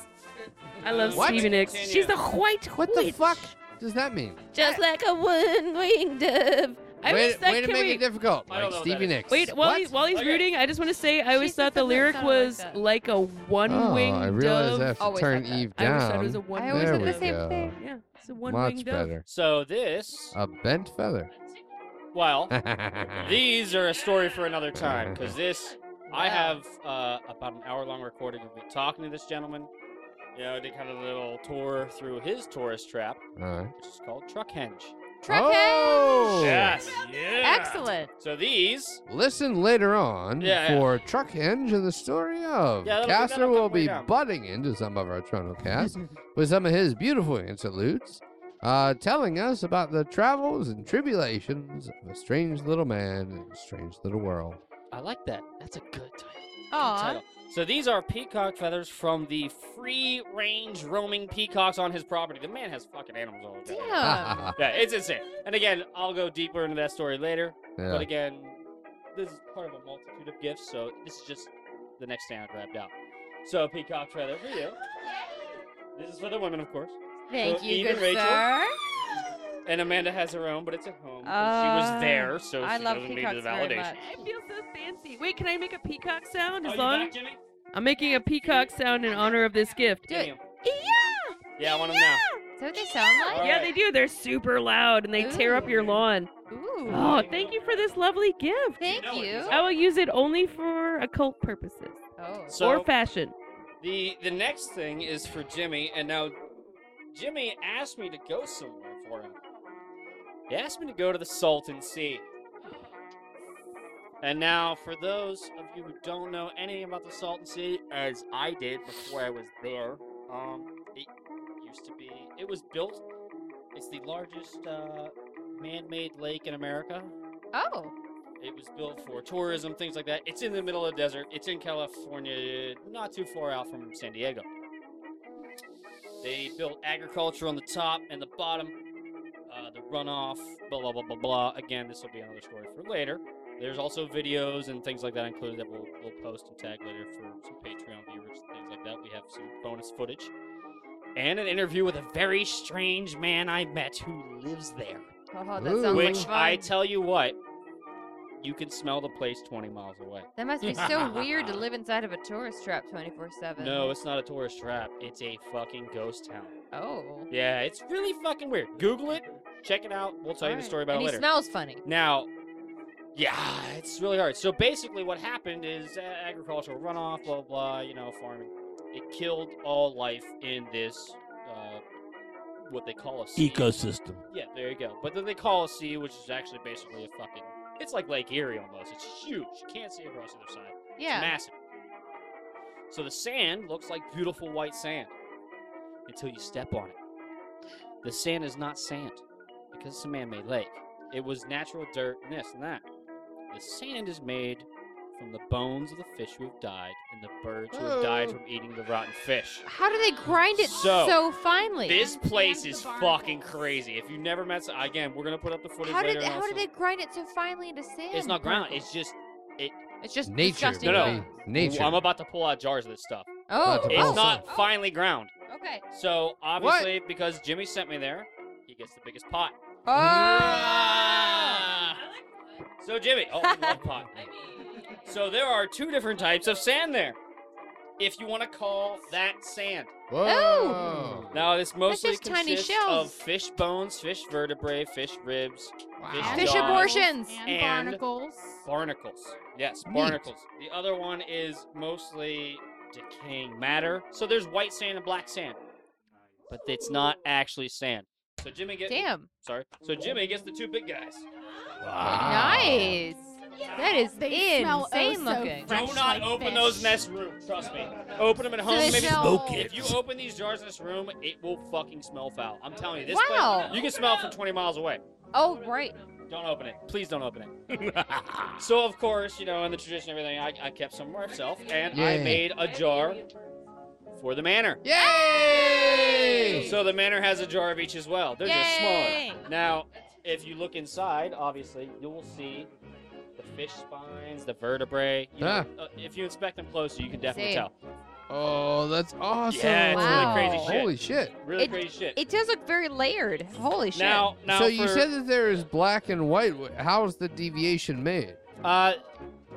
I love What? Stevie Nicks. Continue. She's the white What the witch. fuck does that mean? Just like a one-winged dove. I way always to, thought, way to can make we... it difficult. I don't Like know what Stevie that is. Nicks. Wait, while, What? he's, while he's Okay. rooting, I just want to say I always She said thought the something lyric sounded like was that. like a um, one-winged oh, I dove. realize I have to Always turn like that. Eve I down. always thought it was a one-winged I always there said the we same go. thing. Yeah, it's a one-winged Much dove. better. So this, A bent feather. well, the these are a story for another time because this, I have uh, about an hour long recording of me talking to this gentleman. You know, I did kind of a little tour through his tourist trap, which is called Truckhenge. Truck Oh! Yes. Excellent. So these, Listen later on Yeah, yeah. for Truck Henge and the story of. Yeah, that'll be Caster done a will couple be down. butting into some of our Toronto cast with some of his beautiful interludes, uh, telling us about the travels and tribulations of a strange little man in a strange little world. I like that. That's a good title. Good Aw. title. So these are peacock feathers from the free range roaming peacocks on his property. The man has fucking animals all the time. Damn. Yeah, it's insane. And again, I'll go deeper into that story later. But yeah. again, this is part of a multitude of gifts, so this is just the next thing I grabbed out. So peacock feather for you. This is for the women, of course. Thank So you, Eve and good Rachel, sir. And Amanda has her own, but it's at home. 'cause she Uh, was there, so I she love doesn't need the peacocks very validation. much. I feel so fancy. Wait, can I make a peacock sound? Oh, As you long back, Jimmy? I'm making a peacock sound in honor of this gift. Do it. Damn. Yeah, I want them now. Is that what they sound like? Yeah, they do. They're super loud and they tear up your lawn. Ooh. Oh, thank you for this lovely gift. Thank know it. you. I will use it only for occult purposes Oh. So or fashion. The the next thing is for Jimmy, and now Jimmy asked me to go somewhere for him. He asked me to go to the Salton Sea. And now, for those of you who don't know anything about the Salton Sea, as I did before I was there, um, it used to be, it was built. It's the largest uh, man-made lake in America. Oh, It was built for tourism, things like that. It's in the middle of the desert. It's in California, not too far out from San Diego. They built agriculture on the top and the bottom, uh, the runoff, blah, blah, blah, blah, blah. Again, this will be another story for later. There's also videos and things like that included that we'll, we'll post and tag later for some Patreon viewers and things like that. We have some bonus footage. And an interview with a very strange man I met who lives there. oh that sounds like Which fun. I tell you what, you can smell the place 20 miles away. that must be so weird to live inside of a tourist trap 24 7. No, it's not a tourist trap. It's a fucking ghost town. Oh. Yeah, it's really fucking weird. Google it, check it out. We'll tell you Alright. the story about and it he later. smells funny. Now, yeah, it's really hard. So basically, what happened is uh, agricultural runoff, blah blah, you know, farming. It killed all life in this, uh, what they call a sea. Ecosystem. Yeah, there you go. But then they call a sea, which is actually basically a fucking. It's like Lake Erie almost. It's huge. You can't see across the other side. It's Yeah. massive. So the sand looks like beautiful white sand until you step on it. The sand is not sand because it's a man made lake. It was natural dirt and this and that. The sand is made from the bones of the fish who have died and the birds who have died from eating the rotten fish. How do they grind it So, so, finely? This place the is barnacles. fucking crazy. If you've never met, so- again, we're gonna put up the footage how later. did and how also- did they grind it so finely into sand? It's not ground. particles? It's just it's just Nature, Disgusting No, no. ground. Nature. I'm about to pull out jars of this stuff. Oh, It's It's oh, not oh, finely ground. Okay. So obviously, because Jimmy sent me there, he gets the biggest pot. Ah! Oh. So Jimmy, oh, I love pot. So there are two different types of sand there. If you want to call that sand. Whoa. Now this mostly just consists tiny of shells. fish bones, fish vertebrae, fish ribs, Wow. Fish Jaws. abortions. And, and- barnacles. barnacles. Yes, Neat. barnacles. The other one is mostly decaying matter. So there's white sand and black sand, but it's not actually sand. So Jimmy gets Damn. sorry. So Jimmy gets the two big guys. Nice. That is They smell oh insane so looking. fresh Do not like open fish. those in this room. Trust me. Open them at home. they Maybe smell- Smoke it. if you open these jars in this room, it will fucking smell foul. I'm telling you, this Wow. place, you can smell it from 20 miles away. Oh right. Don't open it. Please don't open it. so, of course, you know, in the tradition and everything, I, I kept some for myself, and I Yeah. made a jar for the manor. Yay! So the manor has a jar of each as well. They're just Yay. smaller. Now, if you look inside, obviously, you will see the fish spines, the vertebrae. You know, Ah. uh, if you inspect them closer, you can definitely See. tell. Oh, that's awesome. Yeah, it's really Wow. crazy shit. Holy shit. Really It- crazy shit. It does look very layered. Holy shit. now, now so you for- said that there is black and white. Wh- How's the deviation made? Uh,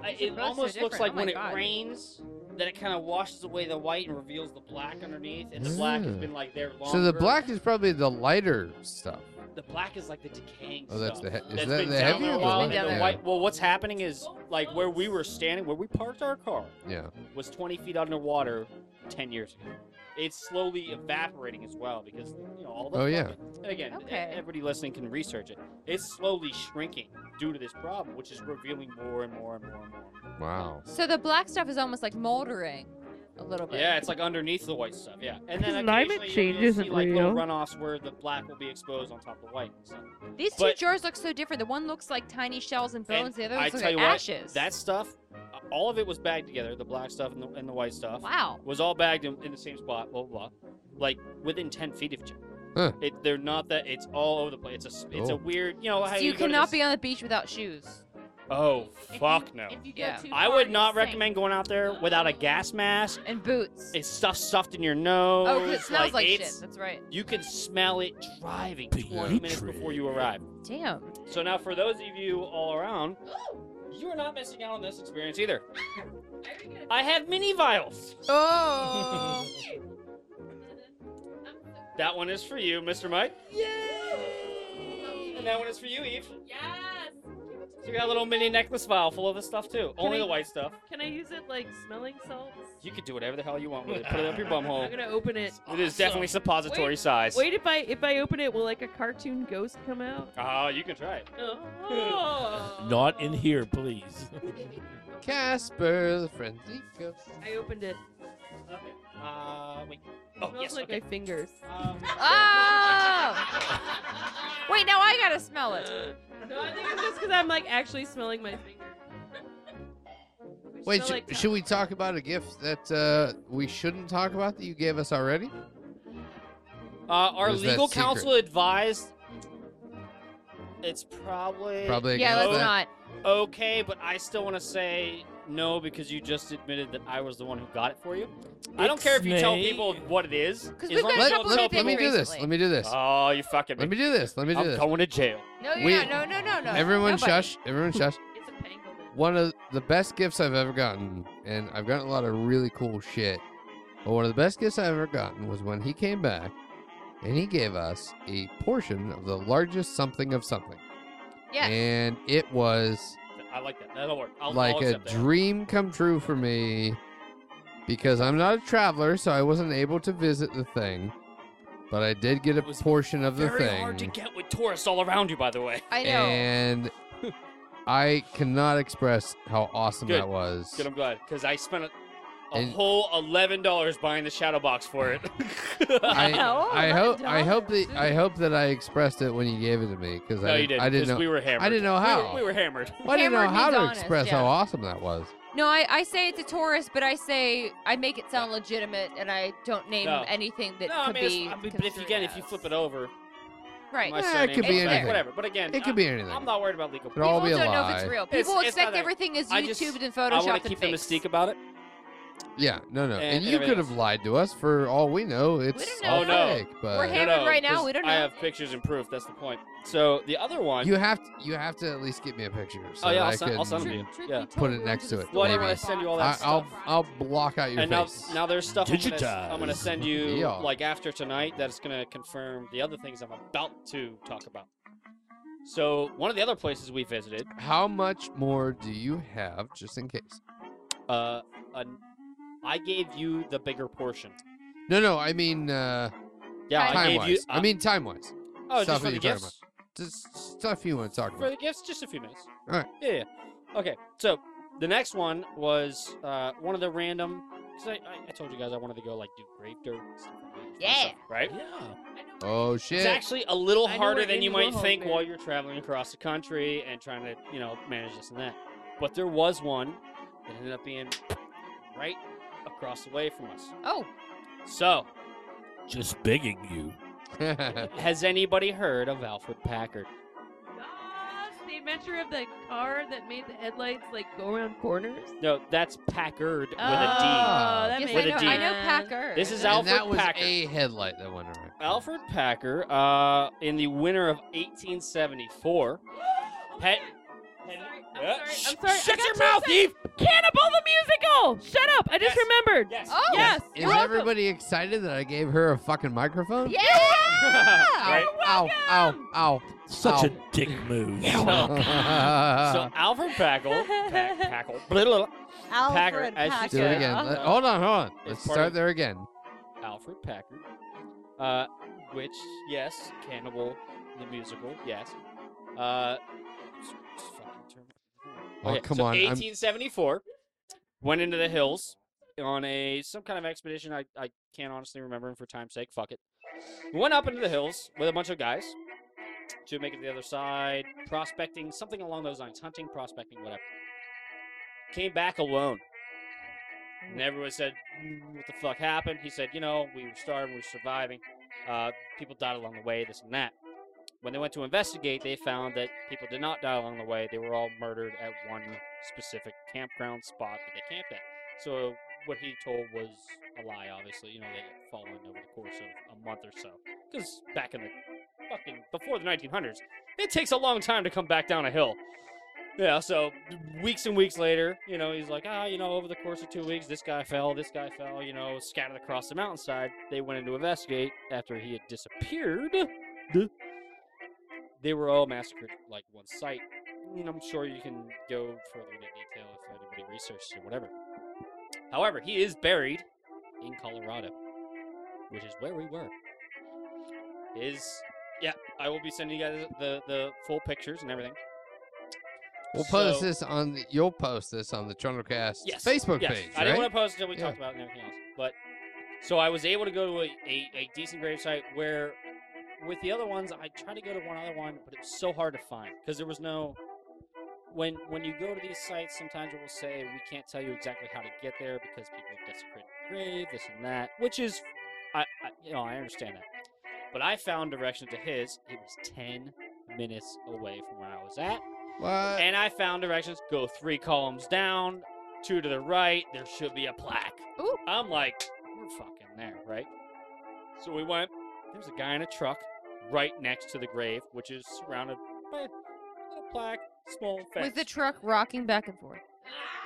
I- These it are both so almost looks different. like Oh my when it God. rains, that it kind of washes away the white and reveals the black underneath, and the black has Mm. been like there longer. So the black is probably the lighter stuff. the black is like the decaying Oh, that's the stuff. he- is that's that been the down heavier there a or the while, lighter? and Been down the there. white. Well, what's happening is like where we were standing, where we parked our car, Yeah. was 20 feet underwater 10 years ago. It's slowly evaporating as well because you know all the Oh, yeah. fucking- and again, e- Okay. everybody listening can research it. It's slowly shrinking due to this problem, which is revealing more and more and more and more. Wow. So the black stuff is almost like moldering a little bit. Yeah, it's like underneath the white stuff. Yeah, and then Because climate occasionally change you'll see isn't like little real. runoffs where the black will be exposed on top of the white. And stuff. These two but- jars look so different. The one looks like tiny shells and bones. the other I looks tell like you what, ashes. That stuff, uh, all of it was bagged together. The black stuff and the, and the white stuff wow. was all bagged in, in the same spot. Blah blah, blah. like within ten feet of each other. Huh. It, they're not that. It's all over the place. It's a s- it's a Cool. weird. You know how So you go to cannot this- be on the beach without shoes. Oh If you- fuck no. If you go Yeah. too I far, would you not sink. recommend going out there without a gas mask. And boots. It's stuff stuffed in your nose. oh, 'cause it smells like, shit. it's- That's right. You can smell it driving Putrid. 20 minutes before you arrive. Damn. So now, for those of you all around, you are not missing out on this experience either. I have mini vials. Oh. That one is for you, Mr. Mike. And that one is for you, Eve. Yes. So we got a little mini necklace vial full of this stuff too. Only I- the white stuff. Can I use it like smelling salts? You can do whatever the hell you want with it. Put it up your bum hole. I'm gonna open it. It is definitely suppository Wait, size. Wait, if I if I open it, will like a cartoon ghost come out? Oh, you can try it. Oh. Not in here, please. Casper, the friendly ghost. I opened it. Okay. Uh, wait. It Oh, smells yes. like Okay. my fingers. Um, Oh! Wait, now I gotta smell it. No, I think it's just because I'm like actually smelling my fingers. We Wait, smell sh- like- should we talk about a gift that uh, we shouldn't talk about that you gave us already? uh, our Where's that legal secret? counsel advised it's probably Probably. Yeah, against let's that. not. okay, but I still want to say no because you just admitted that I was the one who got it for you. I don't care if you tell Itsune. people what it is. As we've long got as Let, you a don't couple let- tell of let people. me do this. recently. Let me do this. Oh, you fucking. Let me do this. Let me do I'm this. going to jail. No, you're We- not. No, no, no, no. Everyone Nobody. shush. Everyone shush. It's a pangolin. One of the best gifts I've ever gotten, and I've gotten a lot of really cool shit. But one of the best gifts I've ever gotten was when he came back and he gave us a portion of the largest something of something. Yes. And it was I like that. That'll work. I'll, like I'll a accept that. dream come true for me because I'm not a traveler, so I wasn't able to visit the thing. But I did get a It was portion of the Very thing. hard to get with tourists all around you, by the way. I know. And I cannot express how awesome Good. that was. Good, I'm glad because I spent a, a And- whole eleven dollars buying the shadow box for it. I, No, I hope I hope $11. that I hope that I expressed it when you gave it to me because no, I, you didn't. I didn't 'cause know We were hammered. I didn't know We were- how. We were, hammered. I didn't know Hammered how means to honest, express yeah. how awesome that was. No, I, I say it's a tourist, but I say I make it sound legitimate, and I don't name No. anything that no, I could mean, it's- be. I mean, but if construed again, if you as. flip it over, right? my Yeah, it surname could be comes back, anything. Whatever. But again, It I- could be anything. I'm not worried about legal. Could all People be a don't know if it's lie. real. It's- People it's expect not a- everything is I just- YouTubed and I photoshopped want and to keep the fakes. mystique about it. Yeah, no, no, And- and, and you could everything have lied to us for all we know. It's don't all know. Oh, no. fake, but We're No, hammered no, right now, 'cause we don't I know. have pictures and proof. That's the point. So the other one. you have to, you have to at least give me a picture. So oh that yeah, I I'll, send, I'll can- send them to Truth- you. truth be Yeah. told, Put it we went next to to the it, store Well, I don't and wanna bought send you all I, that I'll stuff. I'll block out your and now, face. now there's stuff I'm gonna, I'm gonna Digitized. send you Yeah. like after tonight that's gonna confirm the other things I'm about to talk about. So one of the other places we visited, How much more do you have, just in case? uh, an, I gave you the bigger portion. No, no, I mean uh, Yeah, I time gave wise. you. uh, I mean time wise. oh, stuff just for that the you're talking gifts. Just stuff you want to talk For about. the gifts, just a few minutes. All right. Yeah, yeah, yeah. Okay. So the next one was uh, one of the random. Cause I, I, I told you guys I wanted to go like do grave dirt. and stuff like that, fun Yeah. stuff, Right. yeah. Oh shit! It's actually a little I know harder where than Andy you might Warhol's think while buried. you're traveling across the country and trying to, you know, manage this and that. But there was one that ended up being right across the way from us. Oh, So, Just begging you. has anybody heard of Alfred Packard? Gosh, the adventure of the car that made the headlights like go around corners. No, that's Packard with a Oh, that Ah. yes, with I a know. D. I know Packer. This is and Alfred that was Packard. a headlight that went around. D. Alfred Packer, uh, in the winter of 1874, had. had- I'm Yeah. sorry. I'm Shh, sorry. I Shut got your too mouth, excited. Eve! Cannibal the musical. Shut up! I just Yes. remembered. Yes. Oh, Yes. Is You're welcome. everybody excited that I gave her a fucking microphone? yeah. Ah, Right? Ow, ow, ow. Such Ow. a dick move. so Alfred Packle, Pack, Packle, blah, blah, blah. Packer, Alfred as she Packer. Do it again. Let- hold on, hold on. It's Let's part start of- there again. Alfred Packard, uh, which, yes, Cannibal, the musical, yes. Uh, s- s- fucking term- Oh, Okay, come so on, I'm- 1874, went into the hills on a some kind of expedition. I, I can't honestly remember, and for time's sake, fuck it. Went up into the hills with a bunch of guys to make it to the other side, prospecting, something along those lines, hunting, prospecting, whatever. Came back alone. And everyone said, "Mm, What the fuck happened? He said, You know, we were starving, we were surviving. Uh, people died along the way, this and that. When they went to investigate, they found that people did not die along the way. They were all murdered at one specific campground spot that they camped at. So what he told was a lie, obviously. You know, they had fallen over the course of a month or so. Because back in the fucking before the 1900s, it takes a long time to come back down a hill. Yeah, so weeks and weeks later, you know, he's like, ah, you know, over the course of two weeks, this guy fell, this guy fell, you know, scattered across the mountainside. They went in to investigate after he had disappeared. They were all massacred like one site. and I'm sure you can go further into detail if anybody researches it, whatever. However, he is buried in Colorado, which is where we were. His, yeah, I will be sending you guys the the full pictures and everything. We'll post So- this on the, you'll post this on the Trundlecast Yes. Facebook yes. page, I didn't right? want to post until we Yeah. talked about it and everything else. But so I was able to go to a, a, a decent gravesite where with the other ones I tried to go to one other one, but it was so hard to find because there was no when when you go to these sites sometimes it will say we can't tell you exactly how to get there because people have desecrated the grave, this and that, which is I, I you know, I understand that. But I found direction to his. It was ten minutes away from where I was at. What? And I found directions. Go three columns down, two to the right. There should be a plaque. Ooh. I'm like, we're fucking there, right? So we went. There's a guy in a truck right next to the grave, which is surrounded by a little plaque, small fence. Was the truck rocking back and forth?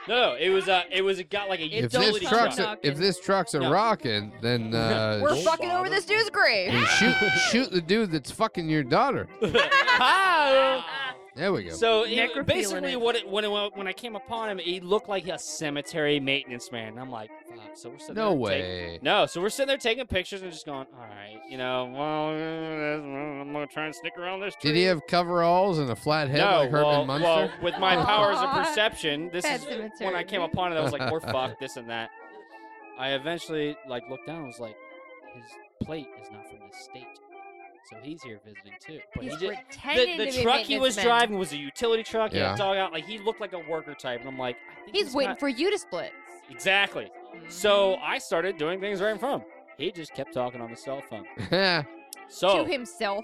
no, it was a it was a guy like a It if don't this utility sound truck's truck. a, if this truck's a No. rockin', then uh, We're sh- fucking over this dude's grave. then shoot shoot the dude that's fucking your daughter. Ah! There we go. So it- Necrophilia basically, in it. what it, when it, when I came upon him, he looked like a cemetery maintenance man. And I'm like, fuck. So we're sitting no there taking- way. No, so we're sitting there taking pictures and just going, all right, you know, well, uh, I'm gonna try and sneak around this. Did tree." he have coveralls and a flat head no, like Herman well, Munster? well, with my powers of Aw. perception, this Pet is when I came cemetery. upon it. I was like, we're fucked, this and that. I eventually like looked down and was like, his plate is not from this state, so he's here visiting too. But He's he did, pretending the, to the be a truck he maintenance was man. driving was a utility truck. Yeah, Yeah. dog out. Like he looked like a worker type, and I'm like, I think He's this waiting guy- for you to split. exactly. So I started doing things right in front of him. He just kept talking on his cell phone. yeah. So to himself.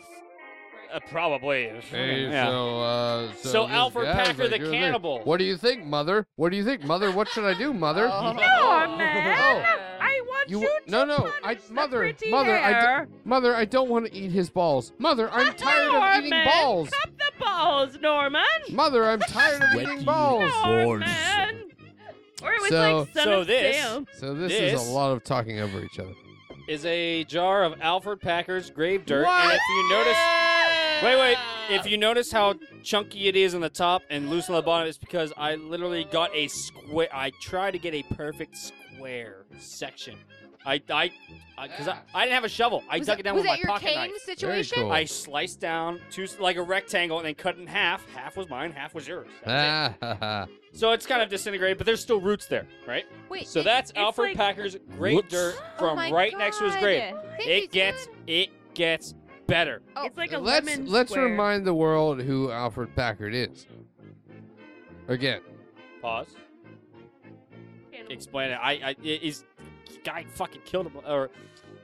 uh, probably. Hey, yeah. so, uh, so, So this Alfred guy's Packer like, the "You're there. cannibal." What do you think, mother? What do you think, mother? What should I do, mother? Oh, Oh, I want You, no, no, I, mother, mother, I, d- mother, I don't want to eat his balls. Mother, I'm tired of eating Norman, balls. Cup the balls, Norman. Mother, I'm tired of Sweaty eating balls. Norman. Or it was So- like son So of this- Sam. So this, This- is a lot of talking over each other. Is a jar of Alfred Packer's grave dirt. And What? if you notice, wait, wait. If you notice how chunky it is on the top and loose on the bottom, it's because I literally got a square. I tried to get a perfect square section. I, I, because I, Ah. I, didn't have a shovel. I was dug that, it down was with that my your pocket cane knife. situation? cool. I sliced down two s- like a rectangle and then cut it in half. Half was mine, half was yours. That's it. Ah, ha, ha. So it's kind of disintegrated, but there's still roots there, right? Wait, So it- that's it's Alfred like- Packer's great Whoops. dirt oh from my right next to his grave. God. Thank you, It gets son. it gets better. Oh, It's like a let's lemon let's square. remind the world who Alfred Packard is. Again, Pause. Explain it. I, I it is guy fucking killed him or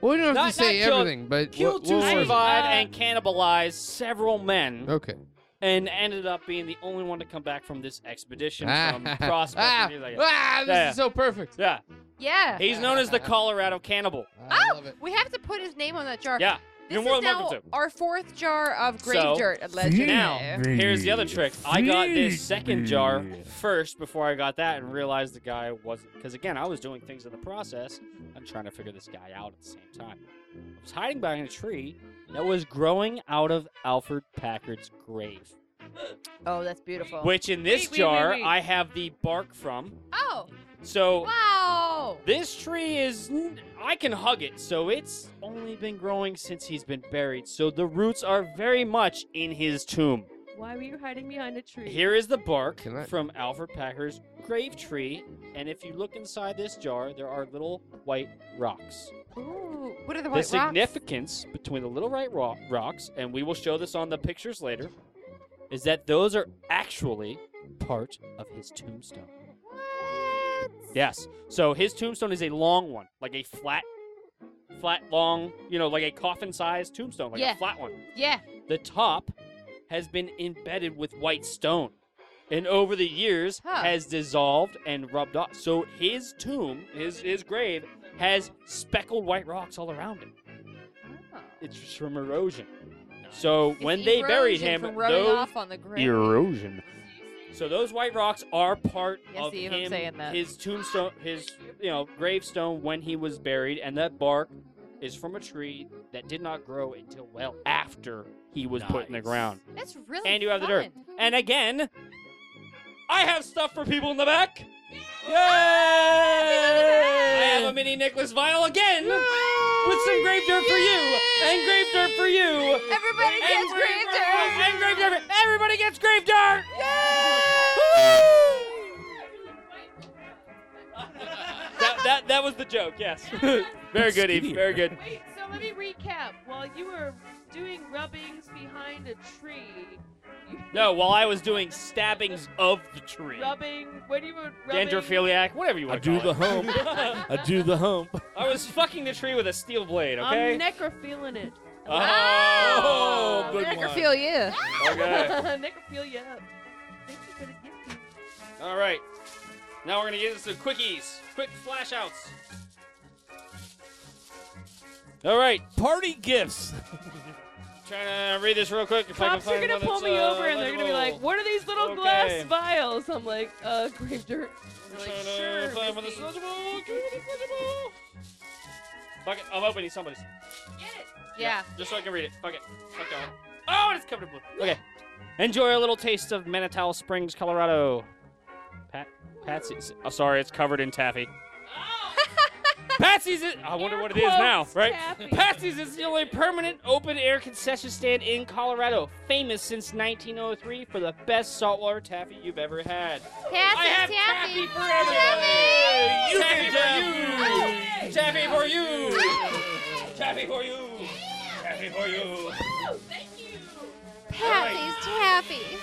well, we don't have Not- to say not killed- everything, but killed we'll, to we'll- survive uh, and cannibalized several men Okay. and ended up being the only one to come back from this expedition Ah, from Prospect. ah, and things like that. ah, this Yeah. is so perfect. Yeah, Yeah. Oh, he's known as the Colorado Cannibal. I love it. We have to put his name on that jar. Yeah, This you're more is than now welcome to. our fourth jar of grave So- dirt, allegedly. Now, here's the other trick. I got this second jar first before I got that and realized the guy wasn't. Because again, I was doing things in the process. I'm trying to figure this guy out at the same time. I was hiding behind a tree that was growing out of Alfred Packard's grave, Oh, that's beautiful. which in this Wait, wait, jar wait, wait. I have the bark from. Oh, So wow. this tree is. n- I can hug it. So it's only been growing since he's been buried. So the roots are very much in his tomb. Why were you hiding behind a tree? Here is the bark Can I- from Alfred Packer's grave tree, and if you look inside this jar, there are little white rocks. Ooh, what are the the white rocks? significance between the little white ro- rocks, and we will show this on the pictures later, is that those are actually part of his tombstone. What? Yes. So his tombstone is a long one, like a flat, flat, long, you know, like a coffin-sized tombstone, like Yeah. a flat one. Yeah. The top has been embedded with white stone and over the years Huh. has dissolved and rubbed off. So his tomb, his his grave has speckled white rocks all around it. It's just from erosion. So Oh. It's when they buried erosion him, from rubbing those off on the grave. erosion. So those white rocks are part Yeah, of see, him, I'm saying that. his tombstone, his you know gravestone when he was buried, and that bark is from a tree that did not grow until well after he was put in the Nice. ground. That's really And you have the dirt. fun. And again, I have stuff for people in the back. Yay! I have a mini Nicholas vial again with some grave dirt for you and grave dirt for you. Everybody and gets grave dirt. And grave dirt. for- Everybody gets grave dirt. that, that, that was the joke, yes. Very good, Eve. Very good. Wait, so let me recap. While you were doing rubbings behind a tree, you No, while I was doing stabbings of the tree. rubbing. What do you were rubbing? Dendrophiliac, whatever you I want to do the call it. hump. I do the hump. I was fucking the tree with a steel blade, okay? I'm necrophiling it. oh, good one. Necrophilia. Okay. Necrophilia. I think you're gonna get me. All right. Now we're gonna get into some quickies, quick flash outs. All right, Party gifts. trying to read this real quick. If I can Cops find are gonna one pull that's, me uh, over and they're gonna be legible. like, "What are these little Okay. glass vials?" I'm like, "Uh, grave dirt." They're Trying like, to "Sure." find one that's missy." legible, give me one that's legible. Fuck it, I'm opening somebody's. Yeah. Just so I can read it. Fuck it. Fuck that one. Oh, and it's covered in blue. Okay. Enjoy a little taste of Manitou Springs, Colorado. Pat, Patsy's. Oh, sorry, it's covered in taffy. Patsy's. Is, I wonder Air what it is now, quotes, right? taffy. Patsy's is the only permanent open-air concession stand in Colorado, famous since 1903 for the best saltwater taffy you've ever had. I have taffy, for everybody. You taffy for you. Taffy for you. Taffy for you. Taffy for you. Patsy's taffy.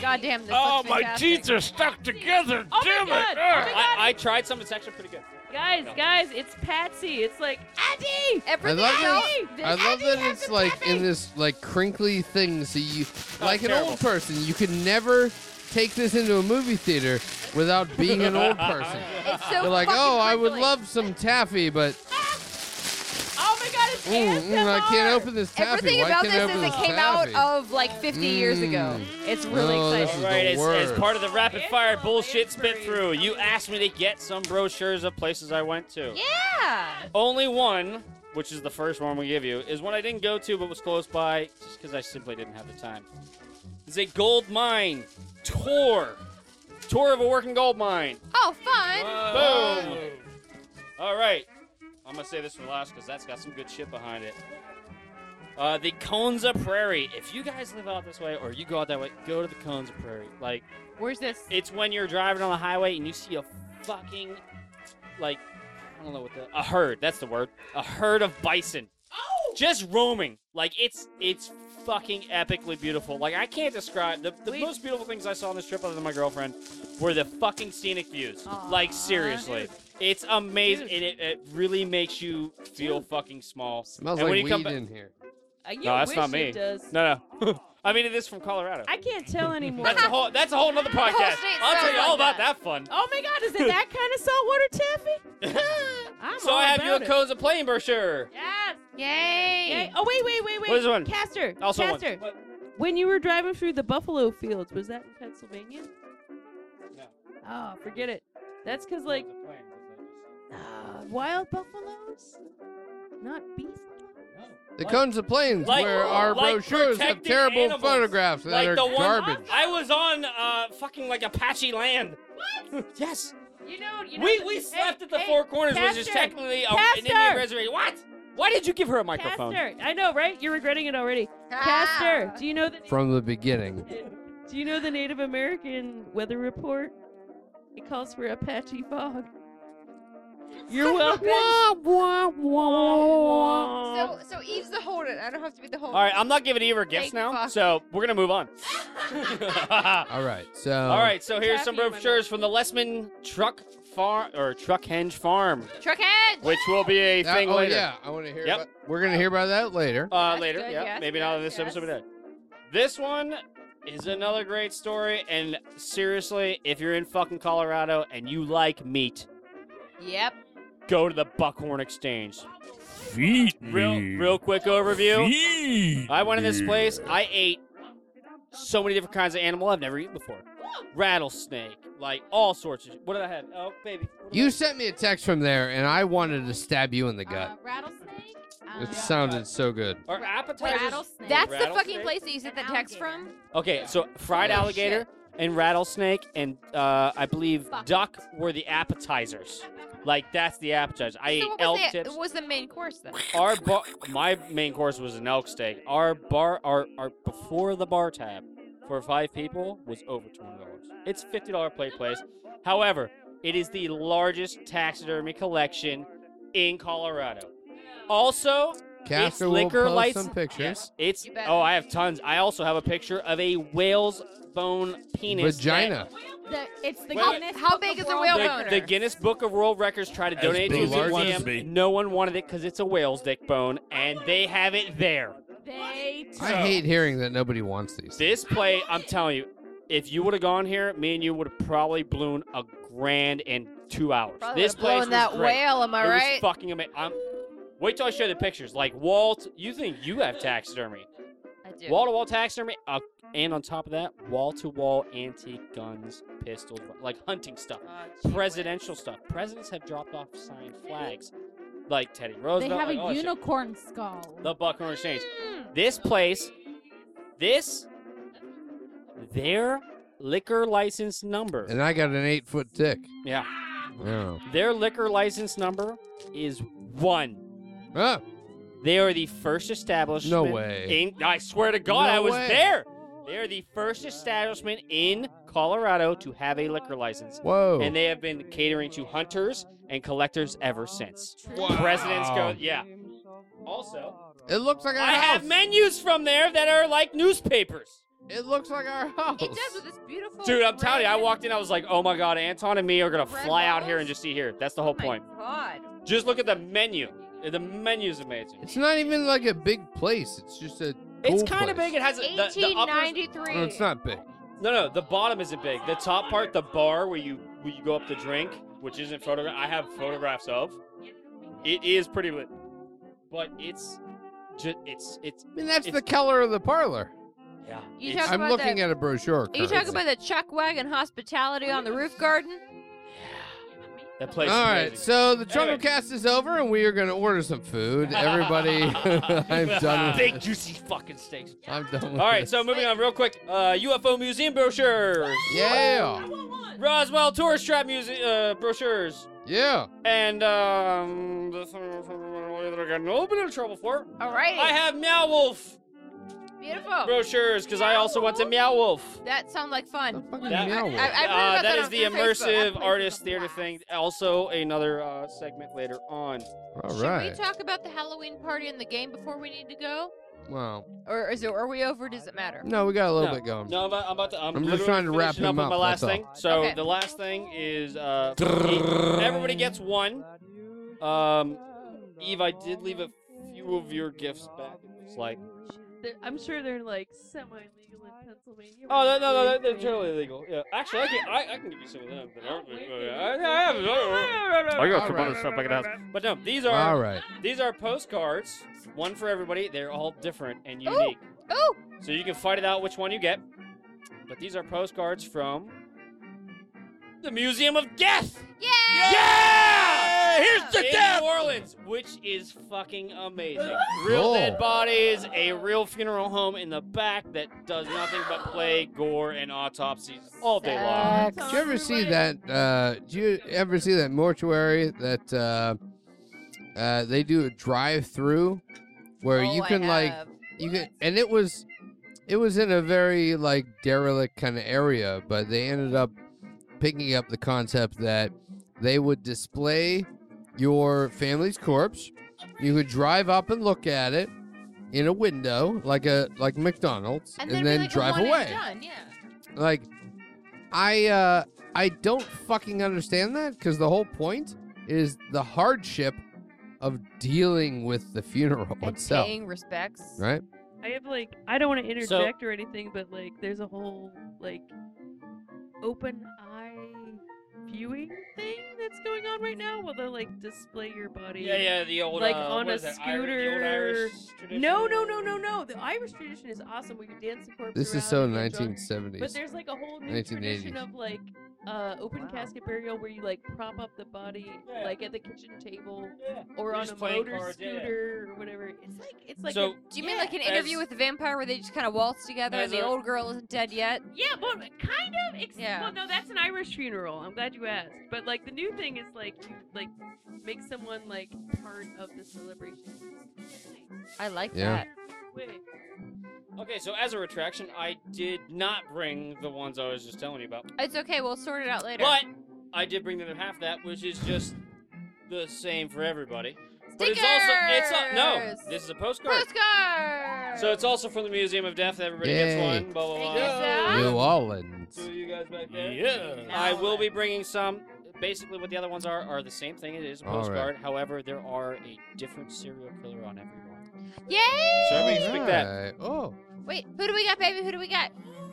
Goddamn, this Oh, looks my fantastic. teeth are stuck together. Oh my Damn God. Oh it. my Ugh. I, I tried some. It's actually pretty good. Guys, No. guys, it's Patsy. It's like Addy. I Everything love else- that. I love that it's like in this like crinkly thing, so you, like an old person, you can never take this into a movie theater without being an old person. It's so You're like, fucking oh, I would crinkly. love some taffy, but Oh my God, it's mm, mm, I can't open this taffy. Everything Why about can't this I is open it this came taffy? out of like 50 years ago. It's really Oh, this exciting. is- the as, as word. part of the rapid fire Angela bullshit spit Lansbury. through, you asked me to get some brochures of places I went to. Yeah. Only one, which is the first one we give you, is one I didn't go to but was close by just because I simply didn't have the time. It's a gold mine tour. Tour of a working gold mine. Oh, fun. Boom. All right. I'm going to say this for last because that's got some good shit behind it. Uh, the Conza Prairie. If you guys live out this way or you go out that way, go to the Conza Prairie. Like, Where's this? it's when you're driving on the highway and you see a fucking like I don't know what the a herd, that's the word. A herd of bison. Oh! Just roaming. Like it's it's fucking epically beautiful. Like I can't describe the, the We- most beautiful things I saw on this trip other than my girlfriend were the fucking scenic views. Like seriously. It's amazing and it, it really makes you feel fucking small. Smells and like when you weed come ba- in here. Uh, you No, that's wish not me. It does. No no. I mean it is from Colorado. I can't tell anymore. that's a whole that's a whole nother whole podcast. state I'll tell smells you all like about that. that fun. oh my God, is it that kind of saltwater taffy? I'm so all I have you about a it. Coza playing brochure. Yes. Yay. Yay. Oh wait, wait, wait, wait. What is the one? Caster. Also one. Caster. What? When you were driving through the buffalo fields, was that in Pennsylvania? No. Oh, forget it. That's because like uh, wild buffaloes, not beef. The Like- cones of plains like- where our like brochures have protected terrible animals. photographs that Like are the one- garbage. I was on uh, fucking like Apache land. What? yes. You know, you know. we we slept at the Four Corners, which is Caster! technically a, an Caster! Indian reservation. What? Why did you give her a microphone? Caster, I know, right? You're regretting it already. Caster, do you know the From the beginning. do you know the Native American weather report? It calls for Apache fog. You're welcome. So, so Eve's the holder. I don't have to be the holder. All right, I'm not giving either gifts Thank now, fuck. so we're gonna move on. All right, so All right, so here's some Taffy in my brochures from the Lessman Truck Farm or Truckhenge Farm, Truck edge. which will be a that- thing oh later. yeah, I want to hear. Yep. About, we're gonna hear about that later. Uh, That's later, good, yeah. yes, Maybe not yes, in this yes. episode, but later. This one is another great story, and seriously, if you're in fucking Colorado and you like meat, Yep. go to the Buckhorn Exchange. Real, real quick overview. I went in this place. I ate so many different kinds of animal I've never eaten before. Rattlesnake, like all sorts of. What did I have? Oh, baby. What did I You have? sent me a text from there, and I wanted to stab you in the gut. Uh, rattlesnake. Uh, it sounded so good. Our appetizers. rattlesnake. That's the Rattlesnake? fucking place that you sent the text from. Okay, so fried Oh, alligator and rattlesnake and uh, I believe Fuck. duck were the appetizers. Like that's the appetizer. I So ate what was elk the, tips. was the main course then? Our bar, my main course was an elk steak. Our bar, our, our before the bar tab for five people was over twenty dollars. It's fifty dollar plate place. However, it is the largest taxidermy collection in Colorado. Also, Castor will liquor post license- some pictures. yes, it's You bet. oh, I have tons. I also have a picture of a whale's bone penis. that- Vagina. The, it's the Wait, wait. Guinness. How Book big of is a World whale Records. The, the Guinness Book of World Records tried to As donate big to as it the wants to be. museum. No one wanted it because it's a whale's dick bone, and they have it there. They I hate hearing that nobody wants these. This play, I'm telling you, if you would have gone here, me and you would have probably blown a grand in two hours. Probably this would've blown place was that great. whale, am I it right? was fucking amazing. I'm, wait till I show the pictures. Like Walt, you think you have taxidermy? I do. Wall to wall taxidermy, uh, and on top of that, wall to wall antique guns, pistols, like hunting stuff, Oh, presidential stuff. Presidents have dropped off signed flags, like Teddy They Roosevelt. have like all a that shit. unicorn skull. The Buckhorn Exchange. This place, this, their liquor license number. And I got an eight foot dick. yeah, Yeah. their liquor license number is one. Ah, They are the first establishment. no way. In, I swear to God, No I was way. there. They are the first establishment in Colorado to have a liquor license. Whoa. And they have been catering to hunters and collectors ever since. Presidents go, yeah. Also, it looks like our I house. have menus from there that are like newspapers. it looks like our house. It does with this beautiful. Dude, I'm telling you, I red- walked in, I was like, oh my god, Anton and me are gonna Red fly out here balls? and just see here. That's the whole my point. God. Just look at the menu. The menu's amazing. It's not even like a big place. It's just a. It's cool kind of place. big. It has a, the, the upper. 1893. No, it's not big. No, no, the bottom isn't big. The top part, the bar where you where you go up to drink, which isn't photograph. I have photographs of. It is pretty lit, but it's just it's it's I mean, that's It's- the color of the parlor. yeah. You it's- talk I'm about looking that- at a Are brochure. you talking currently. about the chuck wagon hospitality on the roof garden? that place. All right, is so the Jungle Anyway. Cast is over, and we are going to order some food. Everybody, I'm done. Big With this. juicy fucking steaks. I'm done. With All right, this. so moving on real quick. Uh, UFO museum brochures, yeah, Roswell tourist trap museum uh, brochures, yeah. and um, the thing that I got in a little bit of trouble for. All right. I have Meow Wolf Beautiful. brochures because I also went to Meow Wolf. That sounds like The fun. fucking That- meow wolf. I- I've heard about that uh, that is on the Facebook. immersive That artist place is a theater blast. thing. Also, another uh, segment later on. All Should right. we talk about the Halloween party in the game before we need to go? well, Or is it, are we over? Does it matter? no, we got a little bit going. No, I'm about, I'm about to. I'm, I'm just literally trying to wrap finishing him up, up, with my last that's thing. So Okay. the last thing is uh, everybody gets one. Um, Eve, I did leave a few of your gifts back. It's like, They're- I'm sure they're like semi-legal in Pennsylvania. oh no, right? no, no, Really they're- they're crazy. totally illegal. Yeah, actually, I can, I, I can give you some of them. But I, don't think- I, I I, I, got some other stuff I can have. But no, these are All right. These are postcards, one for everybody. They're all different and Ooh. unique. Ooh. So you can fight it out which one you get. But these are postcards from the Museum of Death. Yeah! Yeah! Here's the in death! New Orleans, which is fucking amazing. Real Cool. dead bodies, a real funeral home in the back that does nothing but play gore and autopsies all day long. Sex. Did you ever see that? Uh, do you ever see that mortuary that uh, uh, they do a drive-through where Oh, you I can like have. you can, and it was, it was in a very like derelict kind of area, but they ended up picking up the concept that they would display your family's corpse. You could drive up and look at it in a window, like a like McDonald's, And, and, there'd be, then like, a drive one and away done, yeah. like i uh i don't fucking understand that because the whole point is the hardship of dealing with the funeral And itself paying respects. right I have like I don't want to So- interject or anything, but like there's a whole like open eye viewing thing that that's going on right now? Well, they like display your body. Yeah, yeah, the old, like uh, on what a is that, Irish- the old scooter. Irish no, no, no, no, no. The Irish tradition is awesome. Where you're dancing corpse. This is around so and you're drunk. 1970s. But there's like a whole new tradition 1980s. of like uh, open casket burial where you like prop up the body like at the kitchen table or You're on just a playing motor cards, yeah, yeah. scooter or whatever. It's like it's like So- a, Do you mean like an interview As- with the vampire where they just kind of waltz together as and the a- old girl isn't dead yet? Yeah, well, kind of. Ex- Yeah. Well, no, that's an Irish funeral. I'm glad you asked. But like the new thing is like you like make someone like part of the celebration. I like Yeah. that. Wait. Okay, so as a retraction, I did not bring the ones I was just telling you about. It's okay. We'll sort it out later. But I did bring the other half of that, which is just the same for everybody. But it's also it's not no. Stickers! This is a postcard. Postcard. So it's also from the Museum of Death. Everybody gets Yay. one. Blah blah blah. Thank you, sir. New Orleans. To you guys back there. Yeah. I will be bringing some. Basically, what the other ones are are the same thing. It is a All right. postcard. However, there are a different serial killer on every one. Yay! So everybody expect that. Alright. Oh, Wait, who do we got, baby? Who do we got?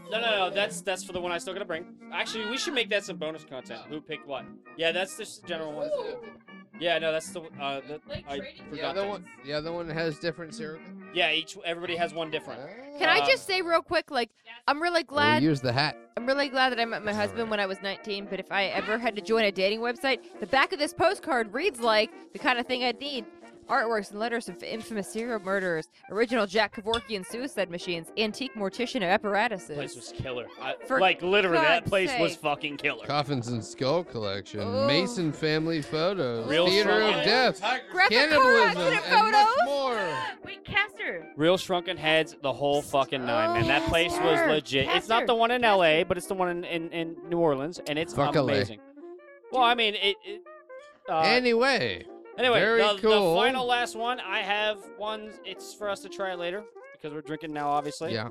No, no, no. That's that's for the one I still gotta bring. Actually, we should make that some bonus content. Who picked what? Yeah, that's just the general one. Yeah, no, that's the. Uh, the Like I trading the forgot other that. one. The other one has different syrup. Yeah, each everybody has one different. Ah. Uh, Can I just say real quick, like, I'm really glad Um, We use the hat. I'm really glad that I met my husband when I was 19, but if I ever had to join a dating website, the back of this postcard reads like the kind of thing I'd need. Artworks and letters of infamous serial murderers, original Jack Kevorkian suicide machines, antique mortician The place apparatuses. was killer. I, For like literally, that God's place was sake. fucking killer. Coffins and skull collection. Oh. Mason family photos. Real theater strong. of death. Graphic car Cannibalism accident and much photos. more. Wait, Caster. Real shrunken heads, the whole fucking nine, man. Oh, That place was Caster, legit. It's not Caster, the one in L.A., but it's the one in, in, in New Orleans, and it's Fuck LA. amazing. Well, I mean, it. it uh, Anyway, anyway, very the, cool. the final last one, I have one. It's for us to try later because we're drinking now, obviously. yeah.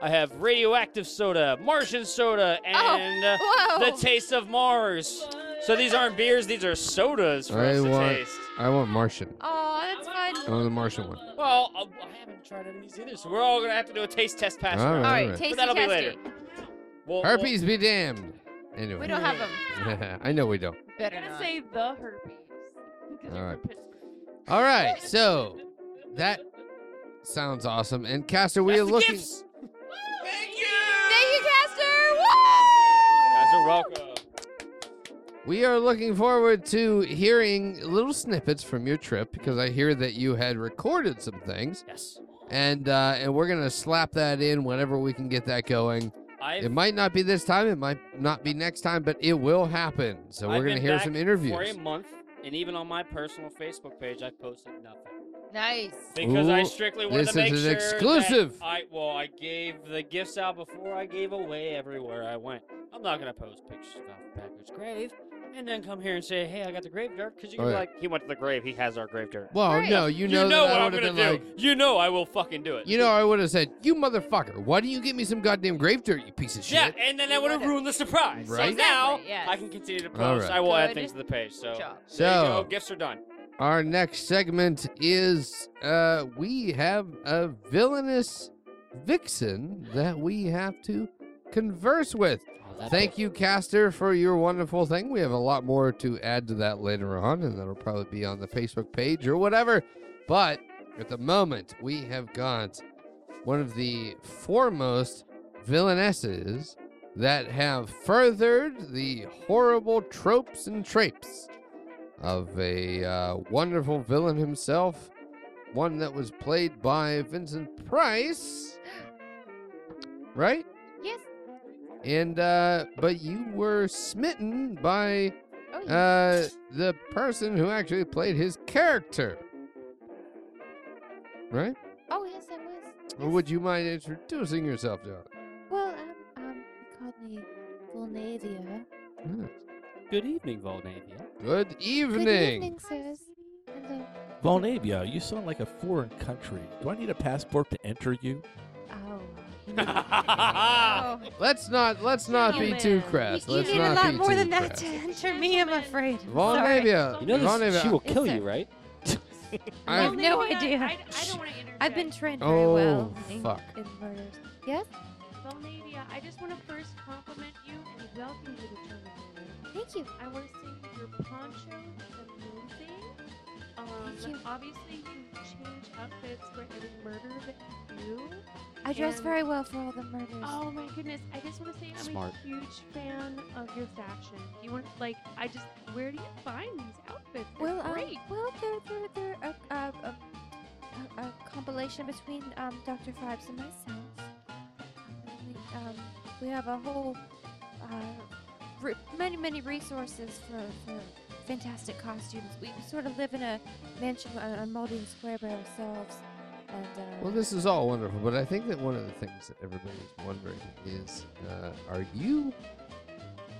I have radioactive soda, Martian soda, and uh, Whoa! the taste of Mars. So these aren't beers; these are sodas for I us to want- taste. I want Martian. oh, that's fun. I want the Martian one. Well, uh, I haven't tried any of these either, so we're all gonna have to do a taste test pass. All round. All right. right, tasty, that'll be tasty. later. We'll- we'll- Herpes be damned. Anyway. We don't have them. I know we don't. Better I'm gonna not. say the herpes. 'cause All you're right. from Pittsburgh. All right, so that sounds awesome. And Caster, we That's are the looking. gifts. Thank you. Thank you, Caster. Woo! Guys are welcome. We are looking forward to hearing little snippets from your trip because I hear that you had recorded some things, Yes. and uh, and we're gonna slap that in whenever we can get that going. I've, It might not be this time, it might not be next time, but it will happen. So I've we're gonna been hear back some for a interviews. month, and even on my personal Facebook page, I posted nothing Nice. because I Ooh, strictly wanted this to make is sure an that exclusive. I well, I gave the gifts out before I gave away everywhere I went. I'm not gonna post pictures of Alfred Packard's grave and then come here and say, "Hey, I got the grave dirt," because you Oh, can be yeah. like, "He went to the grave. He has our grave dirt." Well, Right. no, you know, you that know I what I'm would've gonna do. been like, you know I will fucking do it. you know, I would have said, "You motherfucker, why don't you give me some goddamn grave dirt, you piece of shit?" Yeah, and then that would have Whatever. ruined the surprise. Right? So now Exactly, yes. I can continue to All post. right. I will add Good things to the page. So job. there you So- go. Gifts are done. Our next segment is uh, we have a villainous vixen that we have to converse with. Oh, Thank you, Caster, for your wonderful thing. We have a lot more to add to that later on, and that'll probably be on the Facebook page or whatever. But at the moment, we have got one of the foremost villainesses that have furthered the horrible tropes and traits of a uh, wonderful villain himself, one that was played by Vincent Price, right? Yes. And uh, but you were smitten by Oh, yeah. uh, the person who actually played his character, right? oh yes, I was. Or would you mind introducing yourself to us? Well, um, um, they called me Volnavia. Hmm. Good evening, Volnavia. Good evening. Good evening, sirs. Hello. Volnavia, you sound like a foreign country. Do I need a passport to enter you? Oh. Oh, Let's not let's not Oh, be too crass. you let's need not a lot be more too than that crass. to enter me, I'm afraid. I'm sorry. Volnavia, You know this, Volnavia, she will Yes, kill sir. you, right? I I'm- have no Maybe not. idea. I, I don't want to I've been trained very Oh, well in, fuck. in murders. Yes? Well, Nadia, I just want to first compliment you and welcome you to Terminator. Thank you. I want to say your poncho is amazing. Um, Thank you. Obviously, you change outfits for every murder that you do. I dress and- very well for all the murders. Oh my goodness! I just want to say I'm Smart. a huge fan of your fashion. Do you want like I just where do you find these outfits? They're Well, um, great. well, they're, they're, they're a, a, a, a, uh, a compilation between um, Dr. Vibes and myself. We, um, we have a whole uh, re- many, many resources for, for fantastic costumes. We sort of live in a mansion on, on Muldoon Square by ourselves. And, uh, Well, this is all wonderful, but I think that one of the things that everybody's wondering is, uh, are you,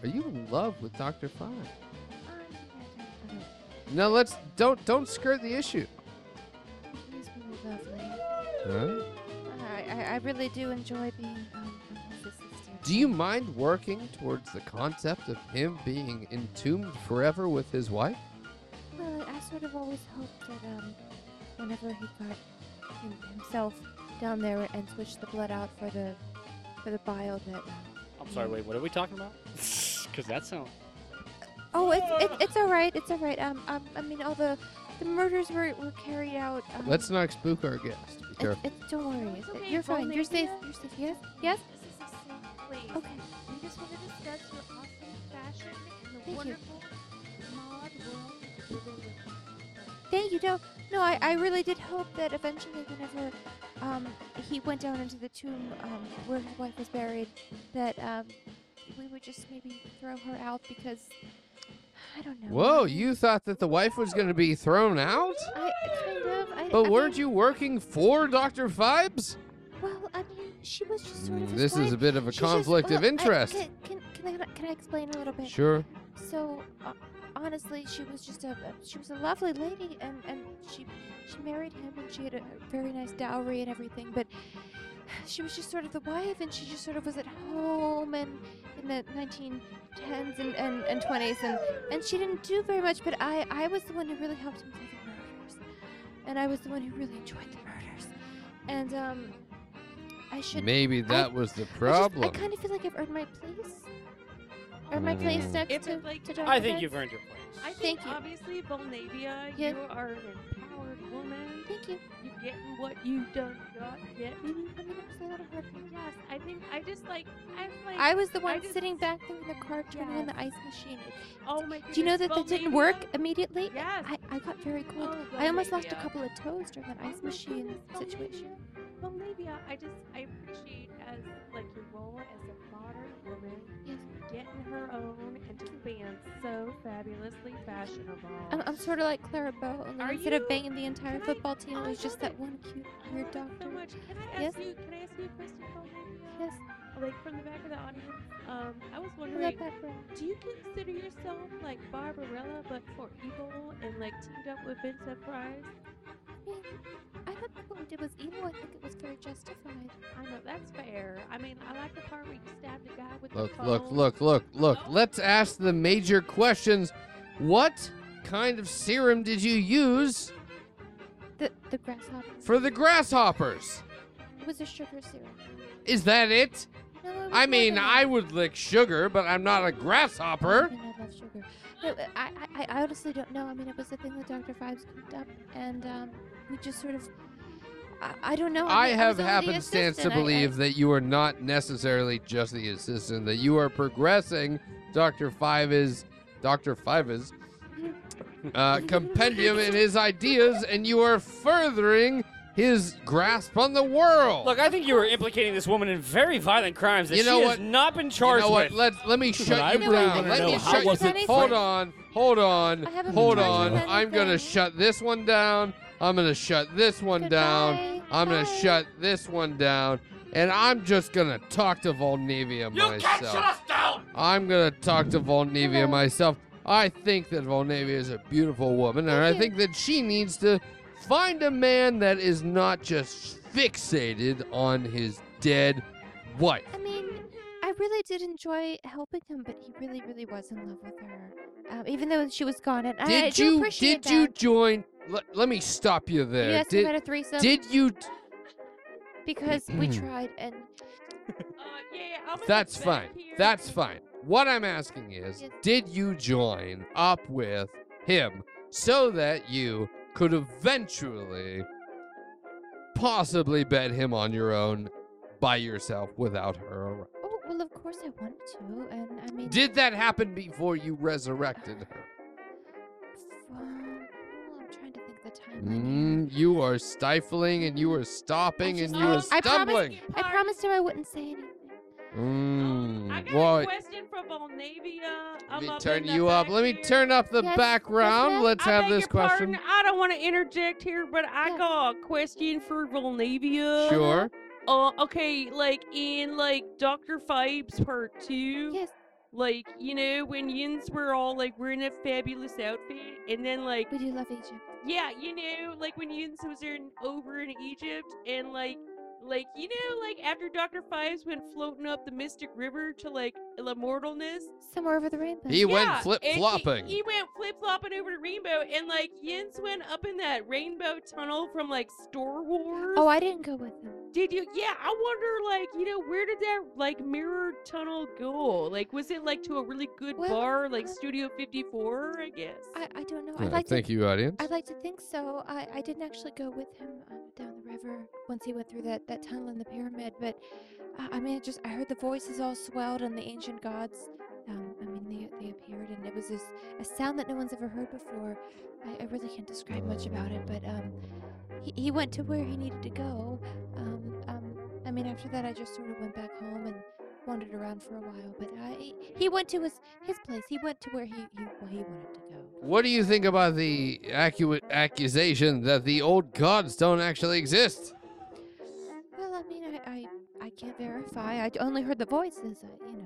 are you in love with Doctor Five? No, let's don't don't skirt the issue. he's really lovely. Huh? I, I, I really do enjoy being um, his sister. Do you mind working towards the concept of him being entombed forever with his wife? Well, I sort of always hoped that um, whenever he got him, himself down there and switched the blood out for the for the bile that. uh, I'm sorry. Wait, what are we talking about? Because that sounds. Oh, it's it's it's all right. It's all right. Um, um I mean, all the the murders were, were carried out. Um, Let's not spook our guest. Be It, careful. it, don't worry. It- okay, you're Paul fine. You're safe. Nadia. You're safe. Yes. Yes. This is a safe place. Okay. We just want to discuss your awesome fashion and the Thank you. wonderful mod world that you live in. Thank you. No, no, I, I really did hope that eventually, whenever um, he went down into the tomb um, where his wife was buried, that um, we would just maybe throw her out because I don't know. Whoa, you thought that the wife was going to be thrown out? I kind of. I, I But weren't mean, you working for Dr. Fibes? Well, I mean, she was just sort of. Mm, his This is a wife. bit of a She's just- conflict of well, I- interest. can, can, can, I, can I explain a little bit? Sure. So, uh, honestly, she was just a a- she was a lovely lady, and and she she married him, and she had a a very nice dowry and everything. But she was just sort of the wife, and she just sort of was at home and in the 1910s and, and, and 20s, and and she didn't do very much. But I I was the one who really helped him with the murders, and I was the one who really enjoyed the murders, and um. I should Maybe I- that was the I just- I, problem. kind of feel like I've earned my place. Earned my place Mm. next If to, it's like- to I Dr. think Fitz. you've earned your place. I Thank think you. obviously, Volnavia, Yeah. you are an empowered woman. Thank you. Mm-hmm. You're getting what you done got getting. I mean, it was a lot of hard work. Yes, I think I just like I was like I was the I one just- sitting back there in the car turning on Yes. the ice machine. It- Oh my goodness. Do you know that that didn't work Volnavia, immediately? Yes. I, I got very cold. Oh, I almost lost a Volnavia. couple of toes during that Oh ice my machine goodness, situation. Volnavia. Volnavia, I just I appreciate as like your role as a modern woman, Yes. getting her own and just being so fabulously fashionable. I'm, I'm sort of like Clara Bow, only Are instead you- Oh, of banging the entire can I- football team, I it was just love that it. one cute I weird love it So doctor. much. Can I ask Yes? you? Can I ask you a question, Volnavia? Yes, Like from the back of the audience, um, I was I wondering. love that girl. Do you consider yourself like Barbarella but for evil and like teamed up with Vincent Price? I mean, I thought that what we did was evil. I think it was very justified. I know that's fair. I mean, I like the part where you stabbed a guy with the Look, Oh. phone. look, look, look, look. Hello? Let's ask the major questions. What kind of serum did you use The, the grasshopper. for the grasshoppers? It was a sugar syrup. Is that it? No, it was I more mean, than I that. would lick sugar, but I'm not a grasshopper. I mean, I love sugar. No, uh, I, I, I honestly don't know. I mean, it was the thing that Dr. Vibes cooked up, and um, we just sort of. I, I don't know. I mean, have was only the happenstance to assistant. I- I- believe that you are not necessarily just the assistant, that you are progressing Dr. Five is Dr. Five is uh, compendium in his ideas, and you are furthering his grasp on the world. Look, I think you were implicating this woman in very violent crimes that You know she has what? not been You know charged what? with. Let let me shut I you really down. wanna Let know, me how shut was you. it Anything. Hold on, hold on, I haven't hold been on. charged with I'm gonna anything. shut this one down. I'm gonna shut this one down. Goodbye. I'm gonna Bye. shut this one down, and I'm just gonna talk to Volnavia You myself. can't shut us down! I'm gonna talk to Volnavia Hello. myself. I think that Volnavia is a beautiful woman, and Thank I you. think that she needs to find a man that is not just fixated on his dead wife. I mean, I really did enjoy helping him, but he really, really was in love with her. Um, even though she was gone, and I- did I, do you appreciate did you that. join? Let, let me stop you You there. asked me Did Mm-hmm. about a threesome did you? because we tried, and yeah, I'm gonna That's back fine. here. That's fine. What I'm asking is, did you join up with him so that you could eventually possibly bet him on your own by yourself without her around? Oh, well, of course I wanted to, and I mean, Did that happen before you resurrected her? well, I'm trying to think of the time. Mm, you are stifling and you are stopping and you are I promised, stumbling. I promised him I wouldn't say anything. Mm, I got what- a question for Volnavia. I'm Let me up turn in the you up. Let me turn up the Yes, background. yes. Let's I have beg this your question. Pardon. I don't want to interject here, but I got a question for Volnavia. Sure. Uh, okay, like in like Doctor Fibes Part Two. Yes. Like you know when Yins were all like wearing that fabulous outfit, and then like we do love Egypt. Yeah, you know, like when Yins was in over in Egypt, and like. Like you know, like after Doctor Fives went floating up the Mystic River to like immortalness, Somewhere over the rainbow. He went yeah, flip and he- flopping. He, went flip flopping over to Rainbow, and like Yins went up in that Rainbow tunnel from like Star Wars. Oh, I didn't go with him. Did you? Yeah, I wonder, like, you know, where did that like mirror tunnel go? Like, was it like to a really good bar, like Studio Fifty Four? I guess. uh, I, I don't know. Uh, I'd like thank to, you, audience. I'd like to think so. I, I didn't actually go with him um, down the river once he went through that, that tunnel in the pyramid, but uh, I mean, it just I heard the voices all swelled and the ancient gods. Um, I mean, they, they appeared, and it was this, a sound that no one's ever heard before. I, I really can't describe much about it, but um, he, he went to where he needed to go. Um, um, I mean, after that, I just sort of went back home and wandered around for a while. But I, he went to his, his place. He went to where he, he, well, he wanted to go. What do you think about the accu- accusation that the old gods don't actually exist? Well, I mean, I, I, I can't verify. I d- only heard the voices. I, you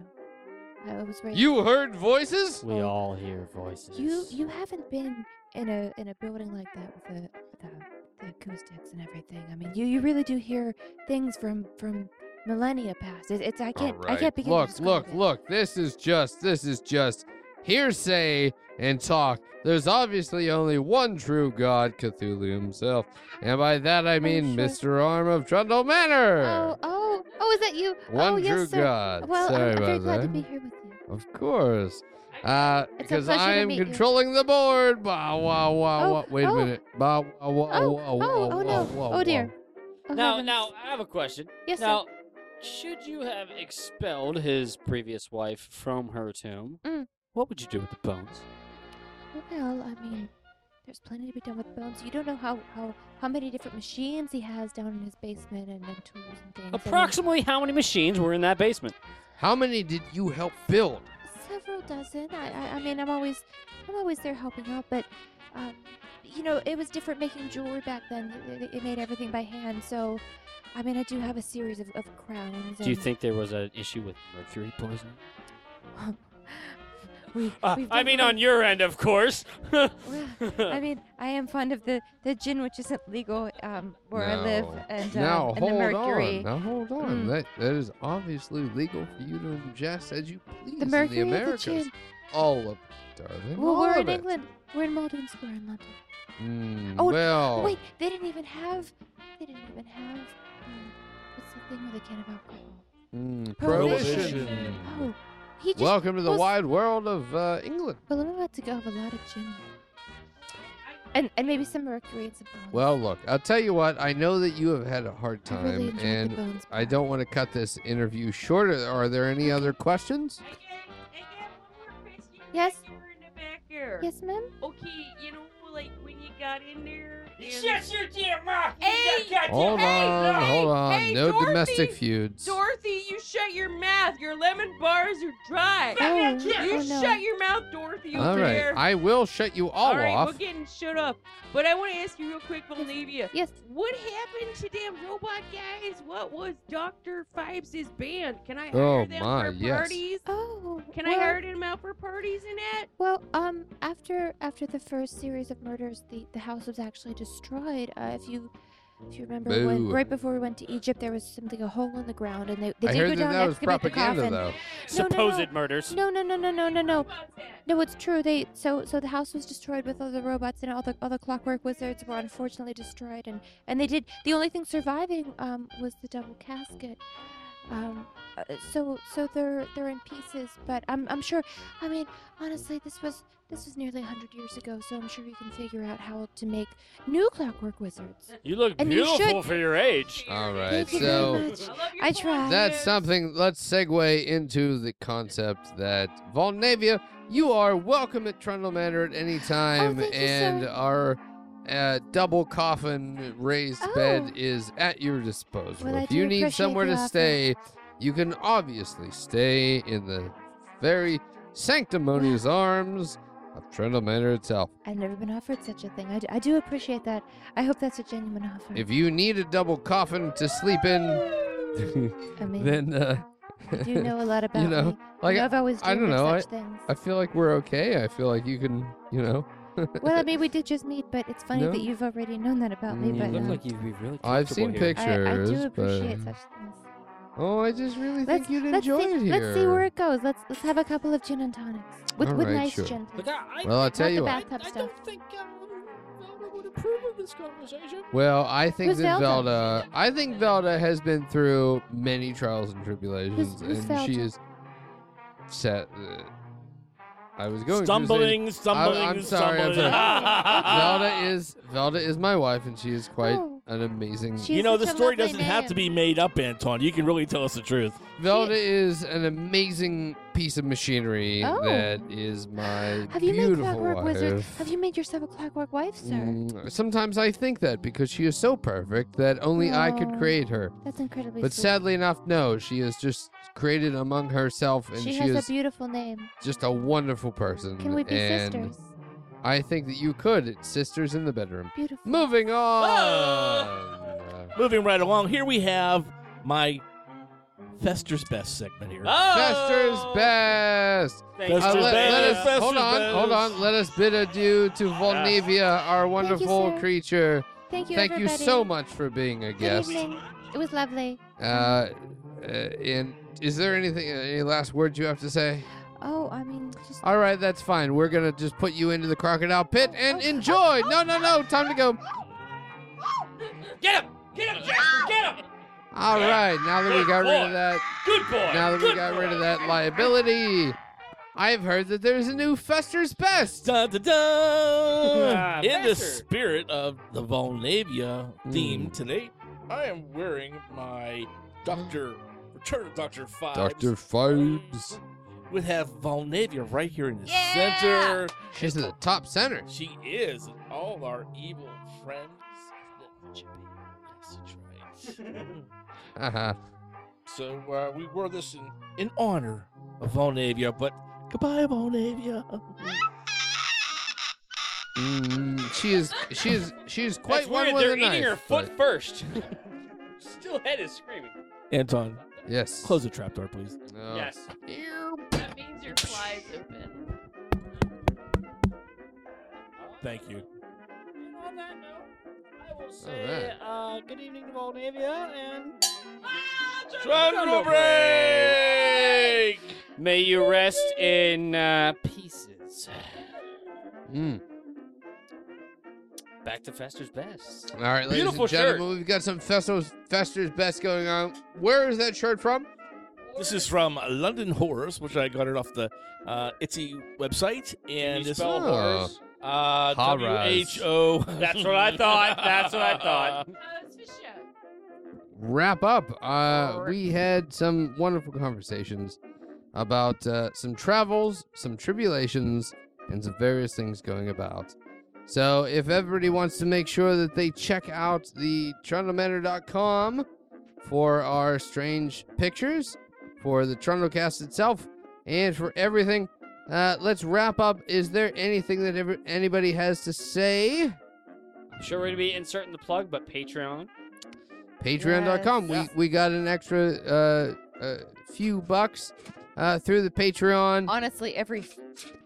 know, I was raised. You heard voices? We all hear voices. You, you haven't been in a in a building like that with the with the, the acoustics and everything. I mean, you, you really do hear things from from millennia past. It, it's I can't I Right. can't begin to Look, describe look, it. look. This is just this is just hearsay and talk. There's obviously only one true god, Cthulhu himself. And by that I mean Mr. Arm of Trundle Manor. Oh, oh, oh, is that you? One oh, yes, true sir. god. Well, Sorry I'm, I'm very about glad to that. be here with you. Of course. Uh, It's a because pleasure to I am meet you. controlling the board. Bah, wah, wah, Oh, wah. Wait oh. a minute. Bah, wah, wah, Oh, wah, wah, oh, wah, oh no. wah, oh wah. dear. Oh, now, heavens. now I have a question. Yes, sir. Now, should you have expelled his previous wife from her tomb? Mm. What would you do with the bones? Well, I mean, there's plenty to be done with bones. You don't know how how, how many different machines he has down in his basement and, and tools and things. I mean, Approximately how many machines were in that basement? How many did you help build? several dozen. I, I I mean, I'm always I'm always there helping out, but um, you know, it was different making jewelry back then. It, it- it made everything by hand, so. I mean, I do have a series of, of crowns. Do you and- think there was an issue with mercury poisoning? We, Uh, we've I been mean, friends- on your end, of course. I mean, I am fond of the, the gin, which isn't legal um, where I live, No. and, uh, now and hold the mercury. Mm. on. Now hold on. That that is obviously legal for you to ingest as you please mercury in and the the Americas. gin. All of it, darling. Well, all we're of in it. England. We're in Malden Square in London. Mm, Oh, well. wait, they didn't even have. They didn't even have. Um, what's the thing with a can of alcohol? Mm, Prohibition. prohibition. Oh, he just. Welcome to the was- wide world of uh, England. Well, I'm about to go have a lot of gin. And, and maybe some mercury and some bones. Well, look, I'll tell you what. I know that you have had a hard I really time, enjoyed the and bones I don't want to cut this interview short. Are there any other questions? Yes? Back here. Yes, ma'am? Okay, you know, like when you got in there. and- Shut your damn mouth! You Hey, got goddamn- Hold on, hey, hold on. hey, no Dorothy! domestic feuds. Dorothy, you shut your mouth. Your lemon bars are dry. Oh, you oh, no. shut your mouth, Dorothy. all over right, there. I will shut you all, all right, off. we're getting shut up. But I want to ask you real quick, Volnavia. Yes. What happened to them robot guys? What was Doctor Fibes' band? Can I hire Oh, them my, for yes. parties? Oh. Can I well- hire them out for parties and that? Well, um, after after the first series of murders, the, the house was actually destroyed. Uh, if you if you remember, when, Boo. right before we went to Egypt, there was something a hole in the ground, and they, they I did heard go that down that and was excavate the propaganda, coffin. though. No, no, no. Supposed murders. No, no, no, no, no, no, no. No, it's true. They so so the house was destroyed with all the robots and all the all the clockwork wizards were unfortunately destroyed, and and they did. The only thing surviving um was the double casket. Um, uh, so so they're they're in pieces, but I'm I'm sure. I mean, honestly, this was this was nearly 100 years ago, so I'm sure you can figure out how to make new clockwork wizards. You look And you should- beautiful for your age. All right, Thank you so very much. I, tried. That's something. Let's segue into the concept that Volnavia, you are welcome at Trundle Manor at any time, Oh, thank you, and sir. our uh, double coffin raised bed Oh. is at your disposal. Well, I if do you need appreciate somewhere the to offer. stay, you can obviously stay in the very sanctimonious arms of Trundle Manor itself. I've never been offered such a thing. I, d- I do appreciate that. I hope that's a genuine offer. If you need a double coffin to sleep in, I mean, then. Uh, you do know a lot about you know, me. like you know, I've always I dreamed don't of know. I, such things. I feel like we're okay. I feel like you can, you know. well, I mean, we did just meet, but it's funny No? that you've already known that about me. Mm, but you look um, like you'd be really. I've seen comfortable here. pictures, I, I do appreciate but such things. oh, I just really Let's, think you'd let's enjoy see, it here. Let's see where it goes. Let's let's have a couple of gin and tonics with All with right, nice sure. gin. please. Look, I, I- Well, I'll tell Not you the what. bathtub I stuff. don't think um, Velda would approve of this conversation. Well, I think Who's that Velda? Velda, I think Velda has been through many trials and tribulations, who's and she Velda? is set. Uh, I was going Stumbling, to say, stumbling, I, am sorry. stumbling. I'm sorry. Velda is Velda is my wife, and she is quite Oh. an amazing. She You has know, the such a story lovely doesn't have to name. be made up, Anton. You can really tell us the truth. Velda is an amazing piece of machinery Oh. that is my Have you made beautiful clockwork wife. wizard? Have you made yourself a clockwork wife, sir? Mm, sometimes I think that because she is so perfect that only I could Oh, create her. That's incredibly But sweet. sadly enough, no, she is just created among herself and she, she, has is a beautiful name. just a wonderful person. Can we be and sisters? I think that you could. It's sisters in the bedroom. Uh, Beautiful. Moving on. Ah! Moving right along, here we have my Fester's Best segment here. Oh, Fester's best. Thank Fester's Uh, let, let Best, us, Fester's hold on, Best. hold on. Let us bid adieu to Volnavia, our wonderful sir. creature. Thank you. Thank you everybody. so much for being a Good guest. evening. It was lovely. Uh, uh, and is there anything, any last words you have to say? Oh, I mean, just All right, that's fine. We're gonna just put you into the crocodile pit and enjoy. No, no, no. Time to go. Get him! Get him, Jasper! Get him! All right. Now that we got rid of that, Good boy! now that we good got boy. rid of that liability, I've heard that there's a new Fester's Best. Dun, dun, dun. Ah, Uh, In the Fester. spirit of the Volnavia Hmm. theme today, I am wearing my Doctor Return of Doctor Five. Fibes. We have Volnavia right here in the Yeah! center. She's in the top center. She is and all our evil friends. that should be- Yes, that's right. Uh huh. so uh, we wore this in, in honor of Volnavia, but goodbye, Volnavia. Mm, she is. She is. She is quite That's one weird. with They're a knife. eating her but- foot first. Still head is screaming. Anton, Yes. close the trapdoor, please. Oh. Yes. That means your fly's open. Thank you. And on that note, I will say, uh, good evening to Moldavia and. Trundle break! May you rest in uh, pieces. Mm. Back to Fester's best. All right, ladies Beautiful and gentlemen, we've got some Festo's, Fester's Best going on. Where is that shirt from? This is from London Horrors, which I got it off the uh, Etsy website, and And you it's spell Oh. horrors? uh, Horrors. W H O. That's what I thought. That's what I thought. Wrap up. Uh, we had some wonderful conversations about uh, some travels, some tribulations, and some various things going about. So, if everybody wants to make sure that they check out the trundlemanor.com for our strange pictures, for the Trundlecast itself, and for everything, uh, let's wrap up. Is there anything that ever, anybody has to say? I'm sure we're going to be inserting the plug, but Patreon. patreon.com Yes. we we got an extra uh, uh few bucks uh through the patreon Honestly, every f-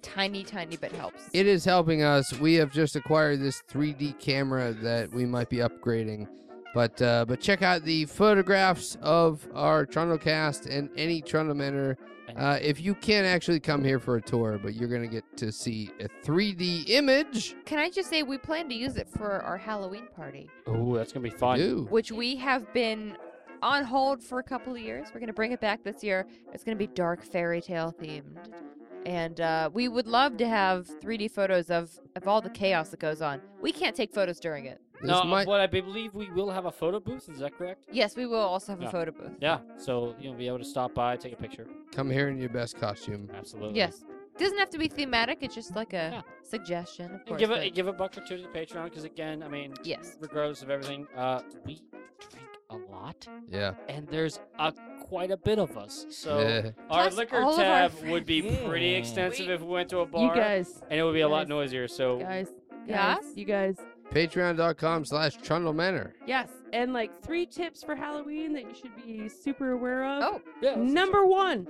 tiny, tiny bit helps. it is helping us we have just acquired this 3d camera that we might be upgrading but uh but check out the photographs of our Toronto cast and any Toronto manor uh, if you can't actually come here for a tour, but you're gonna get to see a 3D image. Can I just say we plan to use it for our Halloween party, Oh, that's going to be fun. Ooh. which we have been on hold for a couple of years. We're going to bring it back this year. It's going to be dark fairy tale themed. And uh, we would love to have 3D photos of, of all the chaos that goes on. We can't take photos during it. No, but I believe we will have a photo booth. Is that correct? Yes, we will also have Yeah. a photo booth. Yeah, so you'll be able to stop by, take a picture. Come here in your best costume. Absolutely. Yes. Doesn't have to be thematic. It's just like a suggestion, of And course. give but- e a give a buck or two to the Patreon because again, I mean, Yes. regardless of everything, uh, we drink a lot. Yeah. and there's a quite a bit of us. So Yeah. our Plus liquor all of our tab would be friends. pretty Yeah. extensive We- if we went to a bar. guys- and it would be a lot guys- noisier. So Guys, Yeah? guys, you guys. Patreon.com slash Trundle Manor. Yes, and like three tips for Halloween that you should be super aware of. Oh, yeah. Number one,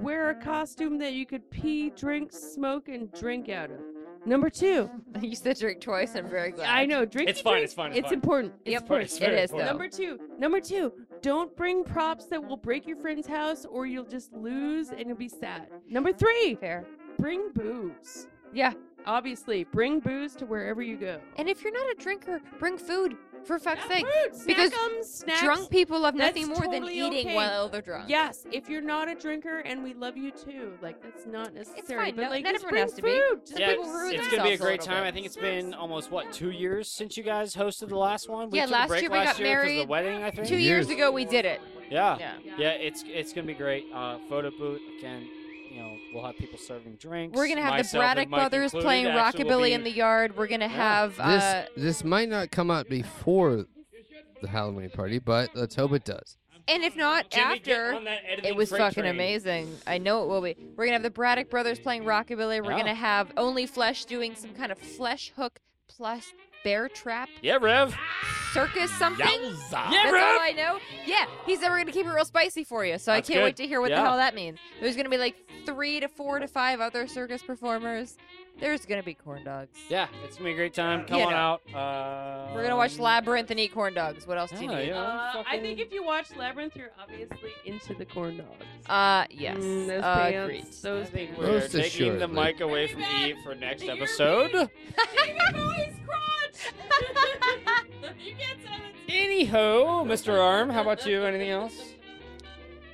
wear a costume that you could pee, drink, smoke, and drink out of. Number two, you said drink twice. I'm very glad. I know. Drink. It's to fine, drink, it's fine, it's It's, fine. important. It's Yep, important. it's very It is, important. though. Number two. Number two. Don't bring props that will break your friend's house, or you'll just lose and you'll be sad. Number three. Fair. Bring booze. Yeah. Obviously, bring booze to wherever you go. And if you're not a drinker, bring food for fuck's sake. Food, snack because 'em, snacks. drunk people have nothing That's more than totally eating okay. while they're drunk. Yes, if you're not a drinker, and we love you too. Like that's not necessary. fine, But no- like, not just everyone has bring to be. food. Just Yeah, people it's- ruin it's gonna be a themselves a great little time. bit. I think it's been almost what two years since you guys hosted the last one. We Yeah, took a last break year we last got year 'cause of married. The wedding, I think. Two years ago, we did it. Yeah. Yeah. Yeah, it's it's gonna be great. Uh, photo booth again. You know, we'll have people serving drinks. We're gonna have the myself and Braddock Mike brothers included, playing actually will rockabilly be- in the yard. We're gonna have This uh, this might not come out before the Halloween party, but let's hope it does. and if not Jimmy, get after, on that editing it was freight fucking train. amazing. I know it will be. We're gonna have the Braddock brothers playing rockabilly. We're Yeah. gonna have Only Flesh doing some kind of flesh hook plus bear trap Yeah, Rev. circus something. Yowza. Yeah, That's bro. all I know. Yeah, he said we're gonna keep it real spicy for you, so That's I can't wait good. to hear what Yeah. the hell that means. There's gonna be like three to four to five other circus performers. There's gonna be corn dogs. Yeah, it's gonna be a great time. Come Yeah, on no. out. Uh, We're gonna watch Labyrinth and eat corn dogs. What else do you Yeah, need? Oh, yeah. Uh, I think fucking- if you watch Labyrinth, you're obviously into the corn dogs. Uh, yes. Mm, those uh, pants, agreed. Those I think pants. we're Most taking the assuredly. mic away from Eve for next episode. Anyhow, Mr. Arm, how about you? Anything else?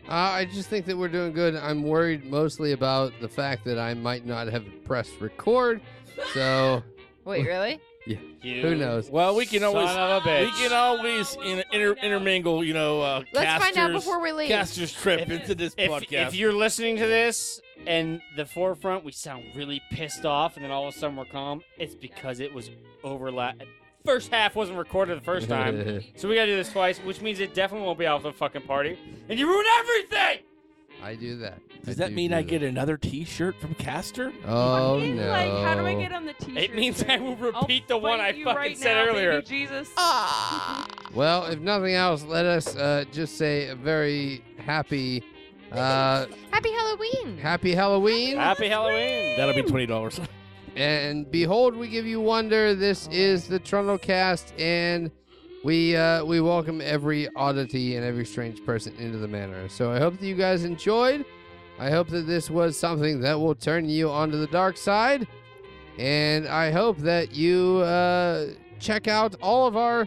Uh, I just think that we're doing good. I'm worried mostly about the fact that I might not have pressed record. So Wait, really? who knows? Well, we can always Son of a bitch. we can always in, inter, intermingle. You know, uh, Let's casters, find out before we leave. casters trip If- into this If, podcast. if you're listening to this and the forefront, we sound really pissed off, and then all of a sudden we're calm. It's because it was overlap. First half wasn't recorded the first time, so we gotta do this twice, which means it definitely won't be off the fucking party, and you ruin everything. I do that. Does that do mean do I get another T-shirt from Caster? that. Oh Fucking, no! Like, how do I get on the T-shirt? It means I thing? will I'll repeat the one I fight you fucking right said now, baby earlier. Jesus. Ah. Well, if nothing else, let us uh, just say a very happy, uh, Happy Halloween. happy Halloween. Happy Halloween. That'll be twenty dollars. And behold, we give you wonder. This is the Trundle Cast, and we uh, we welcome every oddity and every strange person into the manor. So I hope that you guys enjoyed. I hope that this was something that will turn you onto the dark side, and I hope that you uh, check out all of our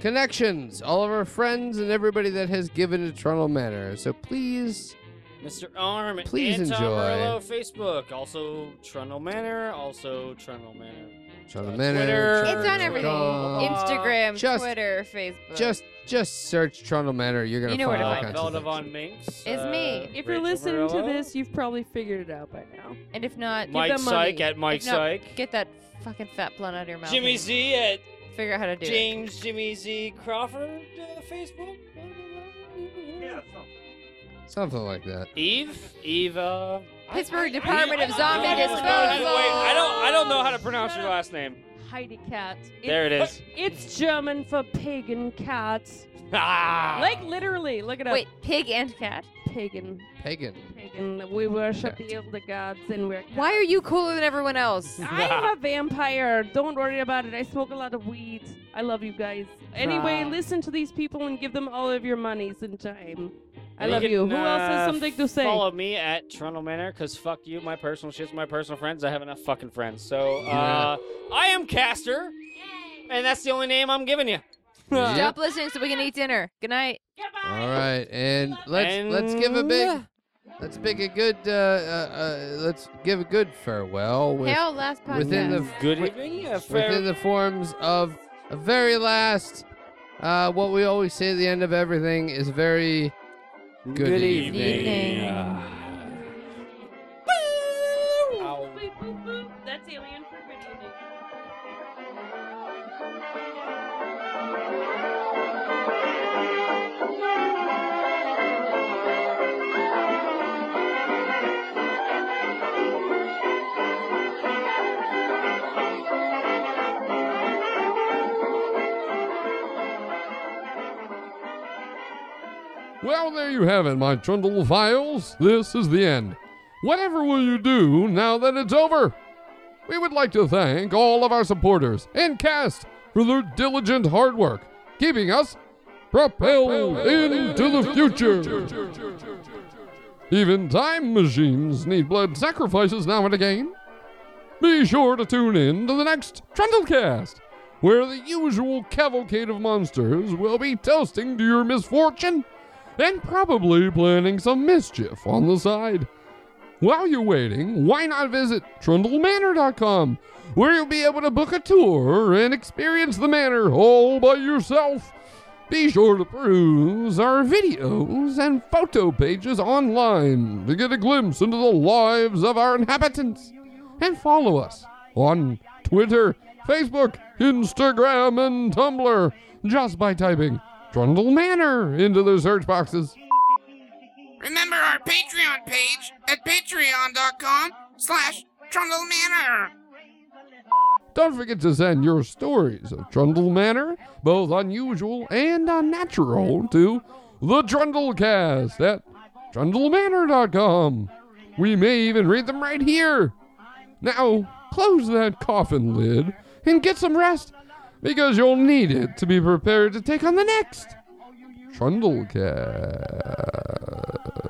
connections, all of our friends, and everybody that has given to Trundle Manor. So please, Mr. Arm, Please and Tom enjoy. Morello, Facebook, also Trundle Manor, also Trundle Manor. Trundle Uh, Manor. Uh, Twitter. It's on Trundle everything. Dog. It's Instagram, Just- Twitter, Facebook. Just just search Trundle Manor. You're gonna You know where find to all find us. kinds of Velda things. Von Minx. uh, It's me. If you're listening to this, you've probably figured it out by now. and if not, Mike them Syke money. at Mike If not, Syke. get that fucking fat blunt out of your mouth. Jimmy and Z at Figure out how to do it. James Jimmy Z Crawford uh, Facebook. Something like that. Eve, Eva. Pittsburgh Department of Zombie Wait, Disposal. I don't, I don't know how to pronounce your last name. Heidi Cat. There it is. It's German for pagan cats. Ah. Like literally, look it up. Wait, pig and cat? pagan, Pagan. pagan. We worship the elder gods, and we're. Why are you cooler than everyone else? I'm a vampire. Don't worry about it. I smoke a lot of weed. I love you guys. Anyway, Ah. listen to these people and give them all of your monies and time. I You love can, you. Who else uh, has something to say? Follow me at Trundle Manor, because fuck you, my personal shit's my personal friends. I have enough fucking friends. So, uh, I am Caster, and that's the only name I'm giving you. Stop listening so we can eat dinner. Good night. All right, and let's let's give a big, let's make a good, uh, uh, uh, let's give a good farewell with Hell, last within the podcast. Good wi- evening, yeah, fare- within the forms of a very last. Uh, what we always say at the end of everything is very good, Good evening. evening. Boop, boop, boop. That's alien for good evening. Well, there you have it, my Trundle Files. This is the end. Whatever will you do now that it's over? We would like to thank all of our supporters and cast for their diligent hard work, keeping us propelled into the future. Even time machines need blood sacrifices now and again. Be sure to tune in to the next Trundlecast, where the usual cavalcade of monsters will be toasting to your misfortune and probably planning some mischief on the side. While you're waiting, why not visit trundlemanor.com, where you'll be able to book a tour and experience the manor all by yourself. Be sure to peruse our videos and photo pages online to get a glimpse into the lives of our inhabitants. And follow us on Twitter, Facebook, Instagram, and Tumblr just by typing Trundle Manor into the search boxes. Remember our Patreon page at patreon.com slash Trundle Manor. Don't forget to send your stories of Trundle Manor, both unusual and unnatural, to the Trundlecast at trundlemanor.com. We may even read them right here. Now, close that coffin lid and get some rest, because you'll need it to be prepared to take on the next Trundlecast.